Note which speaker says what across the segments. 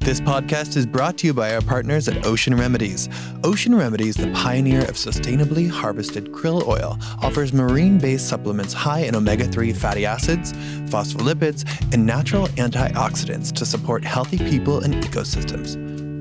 Speaker 1: This podcast is brought to you by our partners at Ocean Remedies. Ocean Remedies, the pioneer of sustainably harvested krill oil, offers marine based supplements high in omega 3 fatty acids, phospholipids, and natural antioxidants to support healthy people and ecosystems.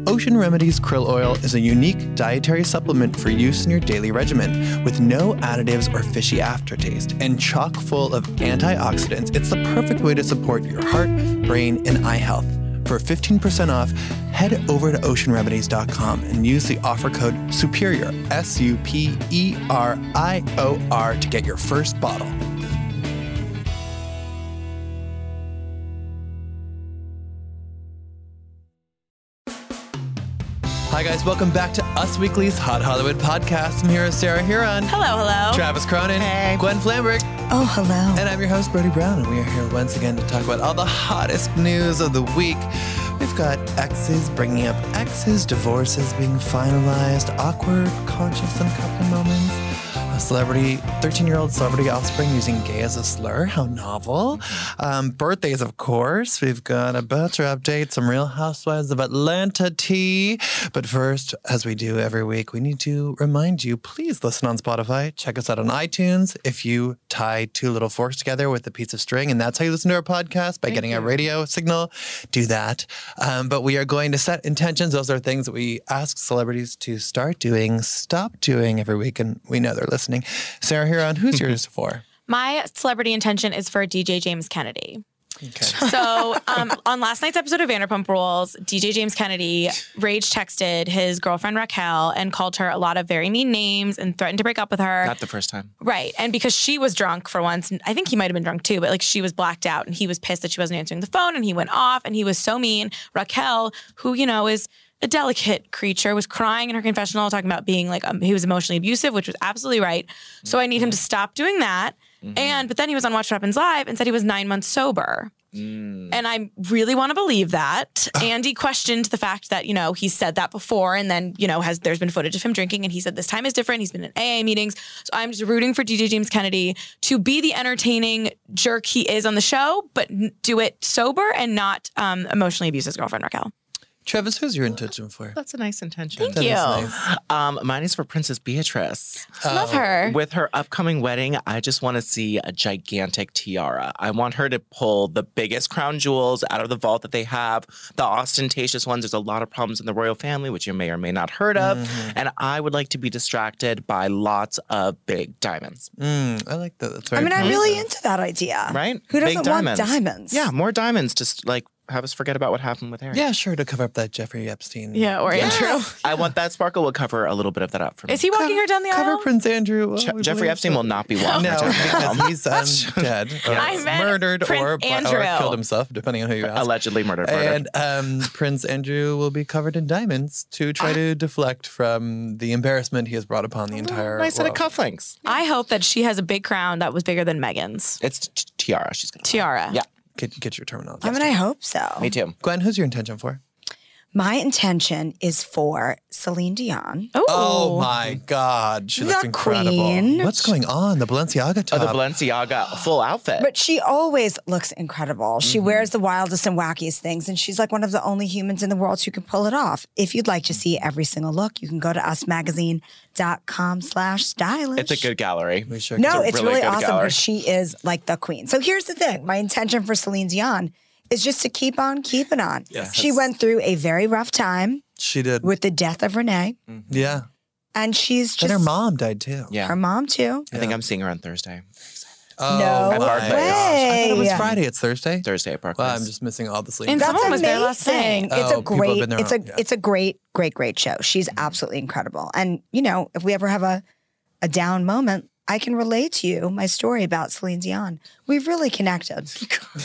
Speaker 1: Ocean Remedies krill oil is a unique dietary supplement for use in your daily regimen with no additives or fishy aftertaste and chock full of antioxidants. It's the perfect way to support your heart, brain, and eye health. For 15% off, head over to oceanremedies.com and use the offer code SUPERIOR, S U P E R I O R, to get your first bottle. Hi, guys. Welcome back to Us Weekly's Hot Hollywood podcast. I'm here with Sarah Huron,
Speaker 2: Hello, hello.
Speaker 1: Travis Cronin, Gwen Flamberg,
Speaker 2: Oh, hello.
Speaker 3: Uh,
Speaker 1: and I'm your host, Brody Brown, and we are here once again to talk about all the hottest news of the week. We've got exes bringing up exes, divorces being finalized, awkward, conscious, and couple moments. A celebrity, 13 year old celebrity offspring using gay as a slur. How novel. Um, birthdays, of course. We've got a bachelor update, some real housewives of Atlanta tea. But first, as we do every week, we need to remind you please listen on Spotify. Check us out on iTunes. If you tie two little forks together with a piece of string, and that's how you listen to our podcast by getting a radio signal, do that. Um, but we are going to set intentions. Those are things that we ask celebrities to start doing, stop doing every week. And we know they're listening. Sarah Huron, who's yours for?
Speaker 3: My celebrity intention is for DJ James Kennedy.
Speaker 1: Okay.
Speaker 3: So, um, on last night's episode of Vanderpump Rules, DJ James Kennedy rage texted his girlfriend Raquel and called her a lot of very mean names and threatened to break up with her.
Speaker 2: Not the first time.
Speaker 3: right. And because she was drunk for once, and I think he might have been drunk too, but like she was blacked out and he was pissed that she wasn't answering the phone and he went off and he was so mean. Raquel, who, you know, is a delicate creature, was crying in her confessional talking about being like, um, he was emotionally abusive, which was absolutely right. So, I need him to stop doing that.
Speaker 2: Mm-hmm.
Speaker 3: And but then he was on Watch What Happens Live and said he was nine months sober. And I really want to believe that. Andy questioned the fact that, you know, he said that before and then, you know, has there's been footage of him drinking and he said this time is different. He's been in AA meetings. So I'm just rooting for DJ James Kennedy to be the entertaining jerk he is on the show, but n- do it sober and not um, emotionally abuse his girlfriend Raquel.
Speaker 1: Thanks. Travis, who's your intention for?
Speaker 2: That's a nice intention.
Speaker 1: That is
Speaker 3: you.
Speaker 1: nice.
Speaker 2: Um, mine is for Princess Beatrice.
Speaker 3: Love her.
Speaker 2: With her upcoming wedding, I just want to see a gigantic tiara. I want her to pull the biggest crown jewels out of the vault that they have, the ostentatious ones. There's a lot of problems in the royal family, which you may or may not heard of. And I would like to be distracted by lots of big diamonds.
Speaker 1: Mm, I like that. That's very
Speaker 4: I mean, I'm really
Speaker 1: positive.
Speaker 4: into that idea.
Speaker 3: Uh,
Speaker 2: Right?
Speaker 4: Who
Speaker 2: Big
Speaker 4: doesn't want diamonds?
Speaker 2: Yeah, more diamonds. Just like have us forget about what happened with her.
Speaker 1: Yeah, sure, to cover up that Jeffrey Epstein.
Speaker 3: Yeah, or
Speaker 2: Yes.
Speaker 3: Andrew.
Speaker 2: I want that sparkle will cover a little bit of that up for me.
Speaker 3: Is he walking her down the
Speaker 1: Cover
Speaker 3: aisle?
Speaker 1: Prince Andrew. Well,
Speaker 2: Je-
Speaker 1: Oh, we
Speaker 2: Jeffrey
Speaker 1: believe
Speaker 2: Epstein
Speaker 1: so.
Speaker 2: will not be
Speaker 1: No,
Speaker 2: walking her down the aisle.
Speaker 1: because he's um, dead, or
Speaker 2: I
Speaker 3: meant
Speaker 1: murdered, or,
Speaker 3: Prince
Speaker 1: bu- or
Speaker 3: Andrew.
Speaker 1: killed himself, depending on who you ask.
Speaker 2: allegedly murdered. murdered.
Speaker 1: And um, Prince Andrew will be covered in diamonds to try to deflect from the embarrassment he has brought upon the entire
Speaker 2: nice set of
Speaker 1: world.
Speaker 2: cufflinks.
Speaker 3: I hope that she has a big crown that was bigger than Megan's.
Speaker 2: It's t- t- tiara. She's gonna.
Speaker 3: Tiara.
Speaker 2: Yeah.
Speaker 1: Get, get your terminology.
Speaker 4: I mean, I hope so.
Speaker 2: Me too.
Speaker 1: Gwen, who's your intention for?
Speaker 4: My intention is for Celine Dion.
Speaker 3: Ooh.
Speaker 1: Oh my God, she
Speaker 4: The
Speaker 1: looks incredible.
Speaker 4: queen.
Speaker 1: What's going on? The Balenciaga
Speaker 2: Oh,
Speaker 1: top.
Speaker 2: the Balenciaga full outfit.
Speaker 4: But she always looks incredible. She
Speaker 2: Mm-hmm.
Speaker 4: wears the wildest and wackiest things, and she's like one of the only humans in the world who can pull it off. If you'd like to see every single look, you can go to usmagazine.com slash stylish.
Speaker 2: it's a good gallery.
Speaker 1: we sure
Speaker 4: No,
Speaker 2: a
Speaker 4: it's
Speaker 2: really
Speaker 4: really,
Speaker 2: good
Speaker 4: awesome
Speaker 2: gallery.
Speaker 4: because she is like the queen. So here's the thing my intention for Celine Dion is just to keep on keeping on.
Speaker 2: Yes.
Speaker 4: She went through a very rough time
Speaker 1: she did.
Speaker 4: with the death of Renee,
Speaker 1: yeah.
Speaker 4: and she's just
Speaker 1: and her mom died too.
Speaker 2: Yeah.
Speaker 4: her mom too.
Speaker 2: I think I'm seeing her on Thursday.
Speaker 1: Oh,
Speaker 4: No
Speaker 1: my
Speaker 2: At Barclays.
Speaker 1: gosh. I thought it was
Speaker 4: way.
Speaker 1: Friday. It's Thursday.
Speaker 2: Thursday at Park.
Speaker 1: Wow, I'm just missing all the sleep.
Speaker 3: And Someone was there last
Speaker 4: amazing.
Speaker 1: night.
Speaker 4: It's
Speaker 1: Oh,
Speaker 4: a
Speaker 1: people have
Speaker 4: great,
Speaker 1: been there
Speaker 4: it's a
Speaker 1: on- yeah. Mm-hmm.
Speaker 4: it's a great, great, great show. She's absolutely incredible. And you know, if we ever have a a down moment, I can relate to you my story about Celine Dion. We really connected.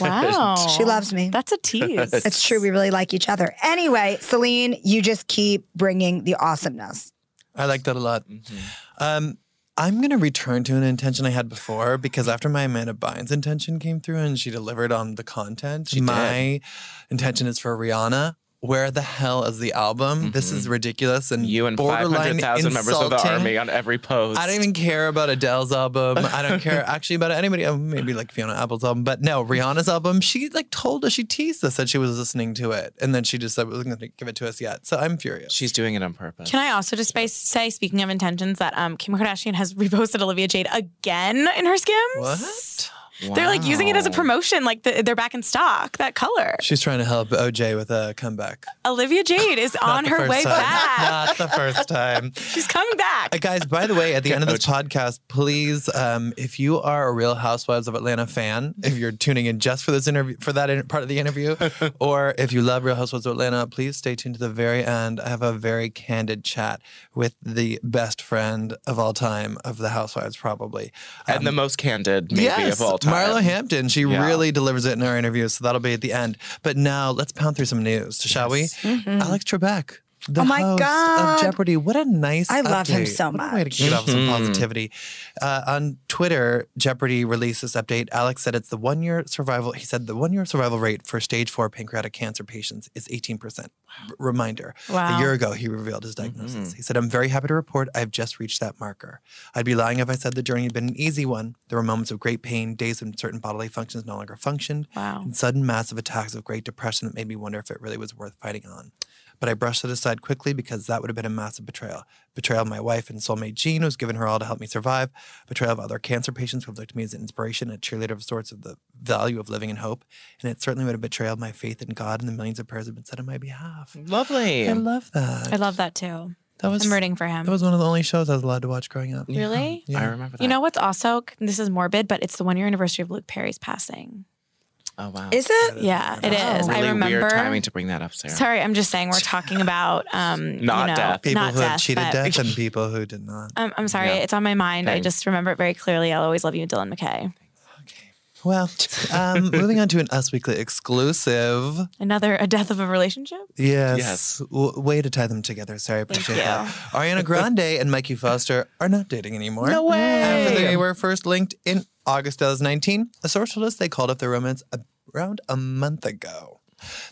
Speaker 3: Wow.
Speaker 4: She loves me.
Speaker 3: That's a tease.
Speaker 4: It's true. We really like each other. Anyway, Celine, you just keep bringing the awesomeness.
Speaker 1: I like that a lot.
Speaker 2: Mm-hmm.
Speaker 1: Um, I'm going to return to an intention I had before because after my Amanda Bynes intention came through and she delivered on the content,
Speaker 2: She did.
Speaker 1: my intention is for Rihanna where the hell is the album? This is ridiculous and
Speaker 2: Mm-hmm. You and
Speaker 1: borderline
Speaker 2: 500,000 members of the
Speaker 1: insulting.
Speaker 2: army on every post.
Speaker 1: I don't even care about Adele's album. I don't care actually about anybody. oh, Maybe like Fiona Apple's album, but no, Rihanna's album. She like told us she teased us that she was listening to it, and then she just said wasn't going to give it to us yet. So I'm furious.
Speaker 2: She's doing it on purpose.
Speaker 3: Can I also just spe- say, speaking of intentions, that um, Kim Kardashian has reposted Olivia Jade again in her skims?
Speaker 1: What?
Speaker 3: They're like using it as a
Speaker 2: Wow.
Speaker 3: promotion, like the, they're back in stock. That color.
Speaker 1: She's trying to help OJ with a comeback.
Speaker 3: Olivia Jade is
Speaker 1: Not
Speaker 3: on
Speaker 1: the
Speaker 3: her
Speaker 1: first
Speaker 3: way
Speaker 1: time.
Speaker 3: back.
Speaker 1: Not the first time.
Speaker 3: She's coming back.
Speaker 1: Uh, guys, by the way, at the end of this podcast, please, um, if you are a Real Housewives of Atlanta fan, if you're tuning in just for this interview, for that in- part of the interview, or if you love Real Housewives of Atlanta, please stay tuned to the very end. I have a very candid chat with the best friend of all time of the Housewives, probably. Um,
Speaker 2: And the most candid, maybe,
Speaker 1: yes,
Speaker 2: of all time.
Speaker 1: Marlo Hampton. She
Speaker 2: Yeah.
Speaker 1: really delivers it in our interview, so that'll be at the end. But now let's pound through some news, shall we? Alex Trebek. The
Speaker 4: Mm. Oh my
Speaker 1: host
Speaker 4: God.
Speaker 1: of Jeopardy. What a nice
Speaker 4: I love him
Speaker 1: update.
Speaker 4: so
Speaker 1: What a way to
Speaker 4: much.
Speaker 1: get off some positivity. Uh, on Twitter, Jeopardy released this update. Alex said it's the one year survival. He said the one year survival rate for stage four pancreatic cancer patients is 18%. R- reminder.
Speaker 3: Wow.
Speaker 1: A year ago, he revealed his diagnosis. He said, I'm very happy to report I've just reached that marker. I'd be lying if I said the journey had been an easy one. There were moments of great pain, days when certain bodily functions no longer functioned,
Speaker 3: Wow.
Speaker 1: and sudden massive attacks of great depression that made me wonder if it really was worth fighting on. But I brushed it aside quickly because that would have been a massive betrayal. Betrayal of my wife and soulmate Jean, who's given her all to help me survive. Betrayal of other cancer patients who have looked to me as an inspiration, a cheerleader of sorts of the value of living in hope. And it certainly would have betrayed my faith in God and the millions of prayers that have been said on my behalf.
Speaker 2: Lovely.
Speaker 1: I love that.
Speaker 3: I love that too.
Speaker 1: that was
Speaker 3: I'm rooting for him.
Speaker 1: that was one of the only shows I was allowed to watch growing up.
Speaker 3: really?
Speaker 1: Yeah.
Speaker 2: I remember that.
Speaker 3: You know what's also, this is morbid, but it's the one year anniversary of Luke Perry's passing.
Speaker 2: oh, wow.
Speaker 4: Is it?
Speaker 3: Yeah, it
Speaker 4: Oh.
Speaker 3: is.
Speaker 2: really
Speaker 3: I remember.
Speaker 2: weird timing to bring that up, Sarah.
Speaker 3: Sorry, I'm just saying we're talking about um,
Speaker 2: Not
Speaker 3: you know,
Speaker 2: death.
Speaker 1: People
Speaker 3: not
Speaker 1: who
Speaker 3: death,
Speaker 1: have cheated
Speaker 3: but-
Speaker 1: death and people who did not.
Speaker 3: I'm, I'm sorry,
Speaker 2: Yeah.
Speaker 3: it's on my mind. I
Speaker 2: Same.
Speaker 3: just remember it very clearly. I'll always love you, Dylan McKay.
Speaker 1: Okay. Well, um, moving on to an Us Weekly exclusive.
Speaker 3: Another a death of a relationship.
Speaker 1: Yes.
Speaker 2: Yes.
Speaker 1: W- way to tie them together. Sorry, I appreciate
Speaker 3: you.
Speaker 1: that. Ariana Grande and Mikey Foster are not dating anymore. No
Speaker 2: way.
Speaker 1: After they were first linked in August 2019, a social list they called up their romance around a month ago.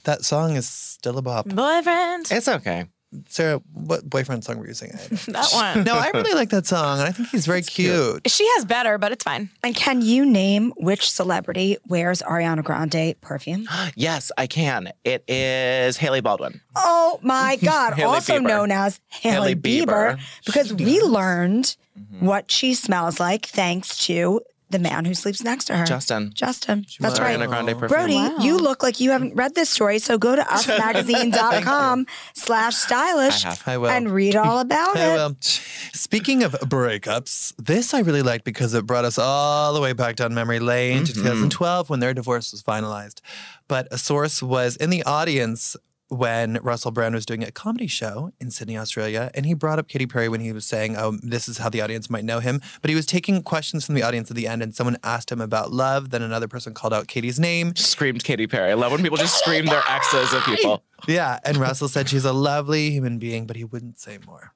Speaker 1: That song is still a
Speaker 3: Mm.
Speaker 1: bop.
Speaker 3: Boyfriend.
Speaker 2: It's okay.
Speaker 1: Sarah, what boyfriend song were you singing?
Speaker 3: that one.
Speaker 1: no, I really like that song, and I think he's very cute.
Speaker 3: She has better, but it's fine.
Speaker 4: And can you name which celebrity wears Ariana Grande perfume?
Speaker 2: Yes, I can. It is Haley Baldwin.
Speaker 4: Oh my God.
Speaker 2: Hailey
Speaker 4: also
Speaker 2: Bieber.
Speaker 4: known as Haley
Speaker 2: Hailey
Speaker 4: Bieber, Mm-hmm.
Speaker 2: Bieber.
Speaker 4: because we learned what she smells like thanks to the man who sleeps next to her.
Speaker 2: Mm-hmm. Justin.
Speaker 4: Justin. That's
Speaker 2: Ariana
Speaker 4: right.
Speaker 2: Grande perfume.
Speaker 4: Brody,
Speaker 3: Wow.
Speaker 4: you look like you haven't read this story, so go to usmagazine.com slash stylish
Speaker 2: I have.
Speaker 1: I will.
Speaker 4: and read all about
Speaker 1: Yeah,
Speaker 4: it.
Speaker 1: well, speaking of breakups, this I really liked because it brought us all the way back down memory lane to 2012 when their divorce was finalized. But a source was in the audience when Russell Brand was doing a comedy show in Sydney, Australia, and he brought up Katy Perry when he was saying, "Oh, this is how the audience might know him." But he was taking questions from the audience at the end, and someone asked him about love. Then another person called out Katie's name,
Speaker 2: Screamed Katy Perry. I love when people just scream their exes at people.
Speaker 1: yeah, and Russell said she's a lovely human being, but he wouldn't say more.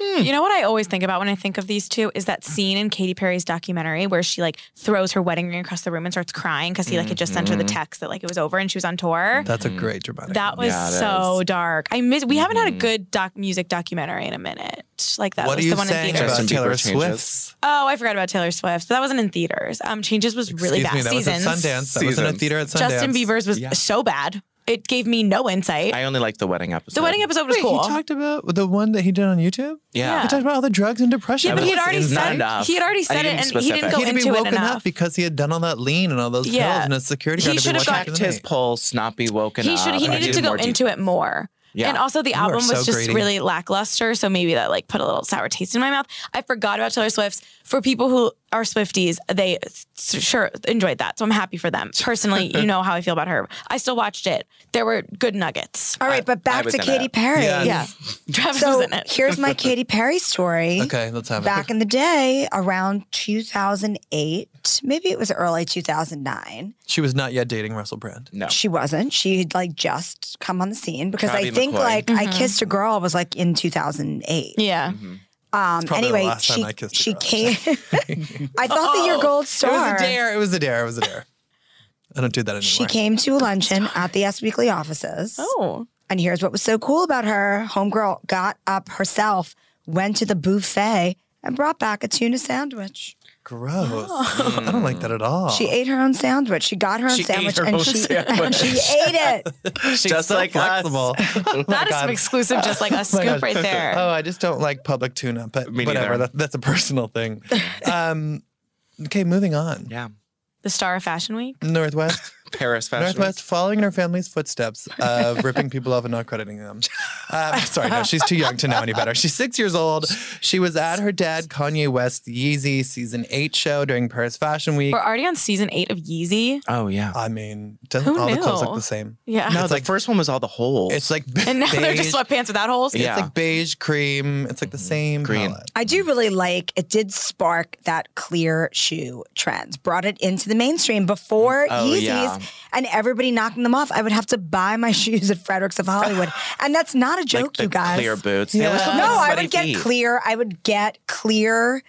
Speaker 1: Hmm.
Speaker 3: You know what I always think about when I think of these two is that scene in Katy Perry's documentary where she like throws her wedding ring across the room and starts crying because he like had just sent her the
Speaker 1: Mm-hmm.
Speaker 3: text that like it was over and she was on tour.
Speaker 1: That's a great dramatic.
Speaker 3: That was
Speaker 2: Yeah, it
Speaker 3: so
Speaker 2: is.
Speaker 3: dark. I miss. We haven't had a good doc music documentary in a minute. Like that
Speaker 1: Mm-hmm. what are
Speaker 3: was
Speaker 1: you
Speaker 3: the one
Speaker 1: saying
Speaker 3: in theaters.
Speaker 1: about
Speaker 2: Justin Bieber
Speaker 1: Taylor
Speaker 2: changes.
Speaker 1: Swift's?
Speaker 3: Oh, I forgot about Taylor Swift, but that wasn't in theaters. Um, Changes was really
Speaker 1: Excuse
Speaker 3: bad.
Speaker 1: me, that
Speaker 3: Seasons.
Speaker 1: was at Sundance. That was in a
Speaker 2: Seasons.
Speaker 1: theater at Sundance.
Speaker 3: Justin Bieber's was
Speaker 2: Yeah.
Speaker 3: so bad. It gave me no insight.
Speaker 2: I only like the wedding episode.
Speaker 3: the wedding episode was
Speaker 1: Wait,
Speaker 3: cool.
Speaker 1: he talked about the one that he did on YouTube.
Speaker 2: Yeah.
Speaker 1: He talked about all the drugs and depression.
Speaker 3: yeah, but he had
Speaker 2: was
Speaker 3: already
Speaker 2: not
Speaker 3: said
Speaker 2: enough.
Speaker 3: he had already
Speaker 2: I
Speaker 3: said
Speaker 2: need
Speaker 3: it,
Speaker 2: to
Speaker 3: and
Speaker 2: be
Speaker 3: he didn't
Speaker 2: specific.
Speaker 3: go
Speaker 1: He had to
Speaker 3: into
Speaker 1: be
Speaker 3: it
Speaker 1: woken
Speaker 3: enough.
Speaker 1: up because he had done all that lean and all those
Speaker 3: Yeah.
Speaker 1: pills, and his security
Speaker 3: He
Speaker 1: guard had
Speaker 3: should
Speaker 1: been
Speaker 3: have
Speaker 1: watching
Speaker 3: got
Speaker 1: the
Speaker 2: His
Speaker 1: night.
Speaker 2: pulse, not be woken
Speaker 3: He
Speaker 2: up.
Speaker 3: should. He
Speaker 2: I
Speaker 3: needed to
Speaker 2: need
Speaker 3: go
Speaker 2: more
Speaker 3: into it more.
Speaker 2: Yeah.
Speaker 3: And also, the
Speaker 1: are
Speaker 3: album was
Speaker 1: so
Speaker 3: just
Speaker 1: greedy.
Speaker 3: really lackluster, so maybe that like put a little sour taste in my mouth. I forgot about Taylor Swift's. For people who are Swifties, they s- sure enjoyed that, so I'm happy for them. Personally, you know how I feel about her. I still watched it. There were good nuggets.
Speaker 4: All right, but back
Speaker 2: was
Speaker 4: to
Speaker 2: in
Speaker 4: Katy
Speaker 2: it.
Speaker 4: Perry.
Speaker 1: Yeah.
Speaker 3: Yeah, Travis
Speaker 4: So
Speaker 3: was in it.
Speaker 4: here's my Katy Perry story.
Speaker 1: Okay, let's have
Speaker 4: Back in the day, around 2008, maybe it was early 2009.
Speaker 1: it. She was not yet dating Russell Brand.
Speaker 2: No.
Speaker 4: She wasn't. She had like just come on the scene because I
Speaker 2: Toddy
Speaker 4: think
Speaker 2: McCoy.
Speaker 4: like I
Speaker 3: Mm-hmm.
Speaker 4: kissed a girl was like in 2008.
Speaker 3: Yeah.
Speaker 2: Mm-hmm.
Speaker 4: Um,
Speaker 1: probably the
Speaker 4: anyway,
Speaker 1: last time
Speaker 4: she
Speaker 1: I kissed a
Speaker 4: she
Speaker 1: girl.
Speaker 4: came. I thought that your
Speaker 3: Oh,
Speaker 4: gold
Speaker 1: It
Speaker 4: star.
Speaker 1: was a dare. It was a dare. It was a dare. I don't do that anymore.
Speaker 4: She came to a luncheon at the S Weekly offices.
Speaker 3: Oh.
Speaker 4: And here's what was so cool about her homegirl got up herself, went to the buffet, and brought back a tuna sandwich.
Speaker 1: Gross.
Speaker 3: Oh.
Speaker 1: I don't like that at all.
Speaker 4: She ate her own sandwich. She got her own
Speaker 2: She ate
Speaker 4: sandwich
Speaker 2: her
Speaker 4: and
Speaker 2: own
Speaker 4: she,
Speaker 2: sandwich.
Speaker 4: she ate it.
Speaker 2: She's
Speaker 1: Just
Speaker 2: so
Speaker 1: like flexible. Oh my
Speaker 3: That is
Speaker 1: God.
Speaker 3: some exclusive, just like a
Speaker 1: Oh my
Speaker 3: scoop
Speaker 1: gosh.
Speaker 3: right there.
Speaker 1: Oh, I just don't like public tuna, but
Speaker 2: Me
Speaker 1: whatever.
Speaker 2: neither.
Speaker 1: That, that's a personal thing. um, okay, moving on.
Speaker 2: Yeah.
Speaker 3: The star of Fashion Week.
Speaker 1: Northwest.
Speaker 2: Paris fashion.
Speaker 1: Northwest following in her family's footsteps of ripping people off and not crediting them. Um, sorry, no, she's too young to know any better. She's six years old. She was at her dad, Kanye West's Yeezy season eight show during Paris Fashion Week.
Speaker 3: We're already on season eight of Yeezy.
Speaker 2: Oh yeah.
Speaker 1: I mean, doesn't
Speaker 3: Who
Speaker 1: all the clothes
Speaker 3: knew?
Speaker 1: look the same?
Speaker 3: Yeah.
Speaker 2: no,
Speaker 1: it's
Speaker 2: the
Speaker 1: like-
Speaker 2: first one was all the holes.
Speaker 1: It's like
Speaker 3: And now they're
Speaker 1: beige-
Speaker 3: just sweatpants without holes.
Speaker 1: It's
Speaker 2: Yeah. Mm,
Speaker 1: like beige cream. It's like the same
Speaker 2: Green.
Speaker 1: palette.
Speaker 4: I do really like it did spark that clear shoe trend, brought it into the mainstream before
Speaker 2: Oh,
Speaker 4: Yeezys
Speaker 2: yeah.
Speaker 4: and everybody knocking them off. I would have to buy my shoes at Fredericks of Hollywood. and that's not a
Speaker 2: Like
Speaker 4: joke,
Speaker 2: the
Speaker 4: you guys.
Speaker 2: clear boots.
Speaker 1: Yeah.
Speaker 2: They were so
Speaker 4: Uh, no, I
Speaker 2: sweaty
Speaker 4: would get
Speaker 2: feet.
Speaker 4: clear. I would get clear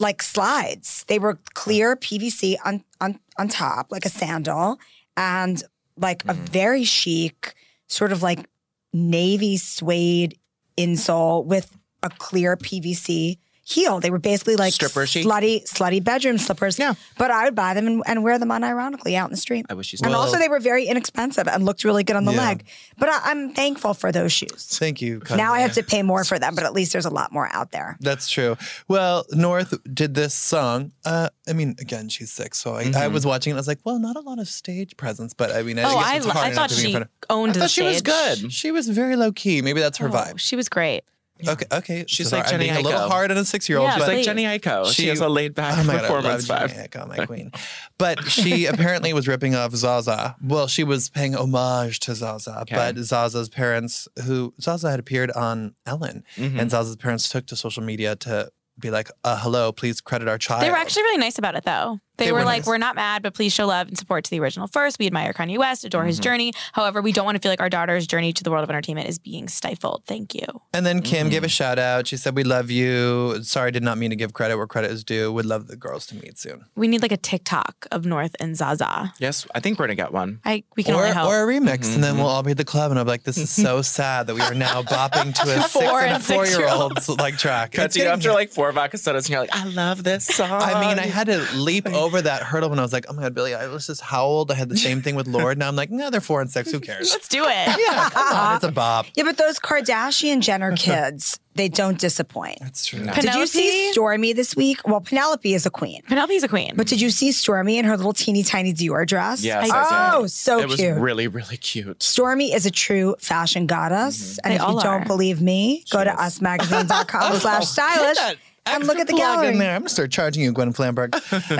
Speaker 4: like slides. They were clear PVC on on on top, like a sandal, and like
Speaker 2: Mm-hmm.
Speaker 4: a very chic, sort of like navy suede insole with a clear PVC heel. They were basically like
Speaker 2: Stripper chic?
Speaker 4: slutty, slutty bedroom slippers.
Speaker 2: Yeah.
Speaker 4: But I would buy them and, and wear them unironically out in the street.
Speaker 2: I wish she's
Speaker 4: And
Speaker 1: Well-
Speaker 4: also, they were very inexpensive and looked really good on the
Speaker 1: Yeah.
Speaker 4: leg. But I, I'm thankful for those shoes
Speaker 1: Thank you. Kanye.
Speaker 4: now I have to pay more for them, but at least there's a lot more out there.
Speaker 1: That's true. Well, North did this song. Uh, I mean, again, she's six, so I, I was watching it. I was like, well, not a lot of stage presence, but I mean, I
Speaker 3: Mm-hmm. Oh,
Speaker 1: guess
Speaker 3: I,
Speaker 1: it's
Speaker 3: lo-
Speaker 1: hard
Speaker 3: I
Speaker 1: enough
Speaker 3: thought
Speaker 1: to be in
Speaker 3: she
Speaker 1: front
Speaker 3: owned
Speaker 2: I
Speaker 3: the
Speaker 2: thought she
Speaker 3: stage.
Speaker 2: was
Speaker 1: of-
Speaker 2: good.
Speaker 1: She was very low key. Maybe that's her
Speaker 3: Oh,
Speaker 1: vibe.
Speaker 3: She was great.
Speaker 1: Okay, okay.
Speaker 2: She's
Speaker 1: Sorry,
Speaker 2: like
Speaker 1: I'm
Speaker 2: Jenny
Speaker 1: being a little
Speaker 2: Aiko.
Speaker 1: hard on a six-year-old.
Speaker 3: Yeah,
Speaker 1: but
Speaker 2: She's like
Speaker 3: please.
Speaker 2: Jenny Aiko. She,
Speaker 1: She-
Speaker 2: has a laid back
Speaker 1: Oh my god,
Speaker 2: performance
Speaker 1: I love
Speaker 2: vibe.
Speaker 1: Jenny Aiko, my queen. But she apparently was ripping off Zaza. Well, she was paying homage to Zaza,
Speaker 2: Okay.
Speaker 1: but Zaza's parents, who Zaza had appeared on Ellen,
Speaker 2: Mhm.
Speaker 3: Hmm.
Speaker 1: and Zaza's parents took to social media to be like, uh, "Hello, please credit our child."
Speaker 3: They were actually really nice about it, though. They,
Speaker 1: They
Speaker 3: were,
Speaker 1: were
Speaker 3: like,
Speaker 1: nice.
Speaker 3: "We're not mad, but please show love and support to the original first. We admire Kanye West, adore
Speaker 1: Mm-hmm.
Speaker 3: his journey. However, we don't want to feel like our daughter's journey to the world of entertainment is being stifled. Thank you."
Speaker 1: And then Kim
Speaker 2: Mm-hmm.
Speaker 1: gave a shout out. She said, "We love you. Sorry, did not mean to give credit where credit is due. Would love the girls to meet soon,
Speaker 3: We need like a TikTok of North and Zaza.
Speaker 2: Yes, I think we're gonna get one.
Speaker 3: I we can
Speaker 1: or,
Speaker 3: only hope.
Speaker 1: or a remix." And
Speaker 2: Mm-hmm.
Speaker 1: then we'll all be at the club, and I'll be like, "This is so sad that we are now bopping to a six
Speaker 3: Four
Speaker 1: and,
Speaker 3: and
Speaker 1: four year
Speaker 3: six-year-olds.
Speaker 1: olds like track."
Speaker 2: Cut
Speaker 1: It's
Speaker 2: to you
Speaker 1: getting-
Speaker 2: after like four vodka's and you're like, I love this song.
Speaker 1: I mean, I had to leap over that hurdle when I was like, "Oh my god, Billy, I was just how old?" I had the same thing with Lord. Now I'm like, "No, they're four and six. Who cares?"
Speaker 3: Let's do it.
Speaker 1: yeah, come on,
Speaker 3: Uh,
Speaker 1: it's a bop.
Speaker 4: Yeah, but those Kardashian Jenner kids, they don't disappoint.
Speaker 1: That's true.
Speaker 4: Did you see
Speaker 3: Penelope?
Speaker 4: Stormy this week? Well, Penelope is a queen.
Speaker 3: Penelope's a queen.
Speaker 4: But did you see Stormy in her little teeny tiny Dior dress?
Speaker 2: Yes, I
Speaker 4: oh,
Speaker 2: did.
Speaker 4: so
Speaker 2: it was
Speaker 4: cute.
Speaker 2: really, really cute.
Speaker 4: Stormy is a true fashion
Speaker 1: Mm-hmm.
Speaker 4: goddess. And
Speaker 3: They
Speaker 4: if you
Speaker 3: all
Speaker 4: don't
Speaker 3: are.
Speaker 4: believe me, go to
Speaker 1: Oh,
Speaker 4: usmagazine.com slash stylish and look at the
Speaker 1: Plug
Speaker 4: gallery.
Speaker 1: in there. I'm gonna start charging you, Gwen Flamberg.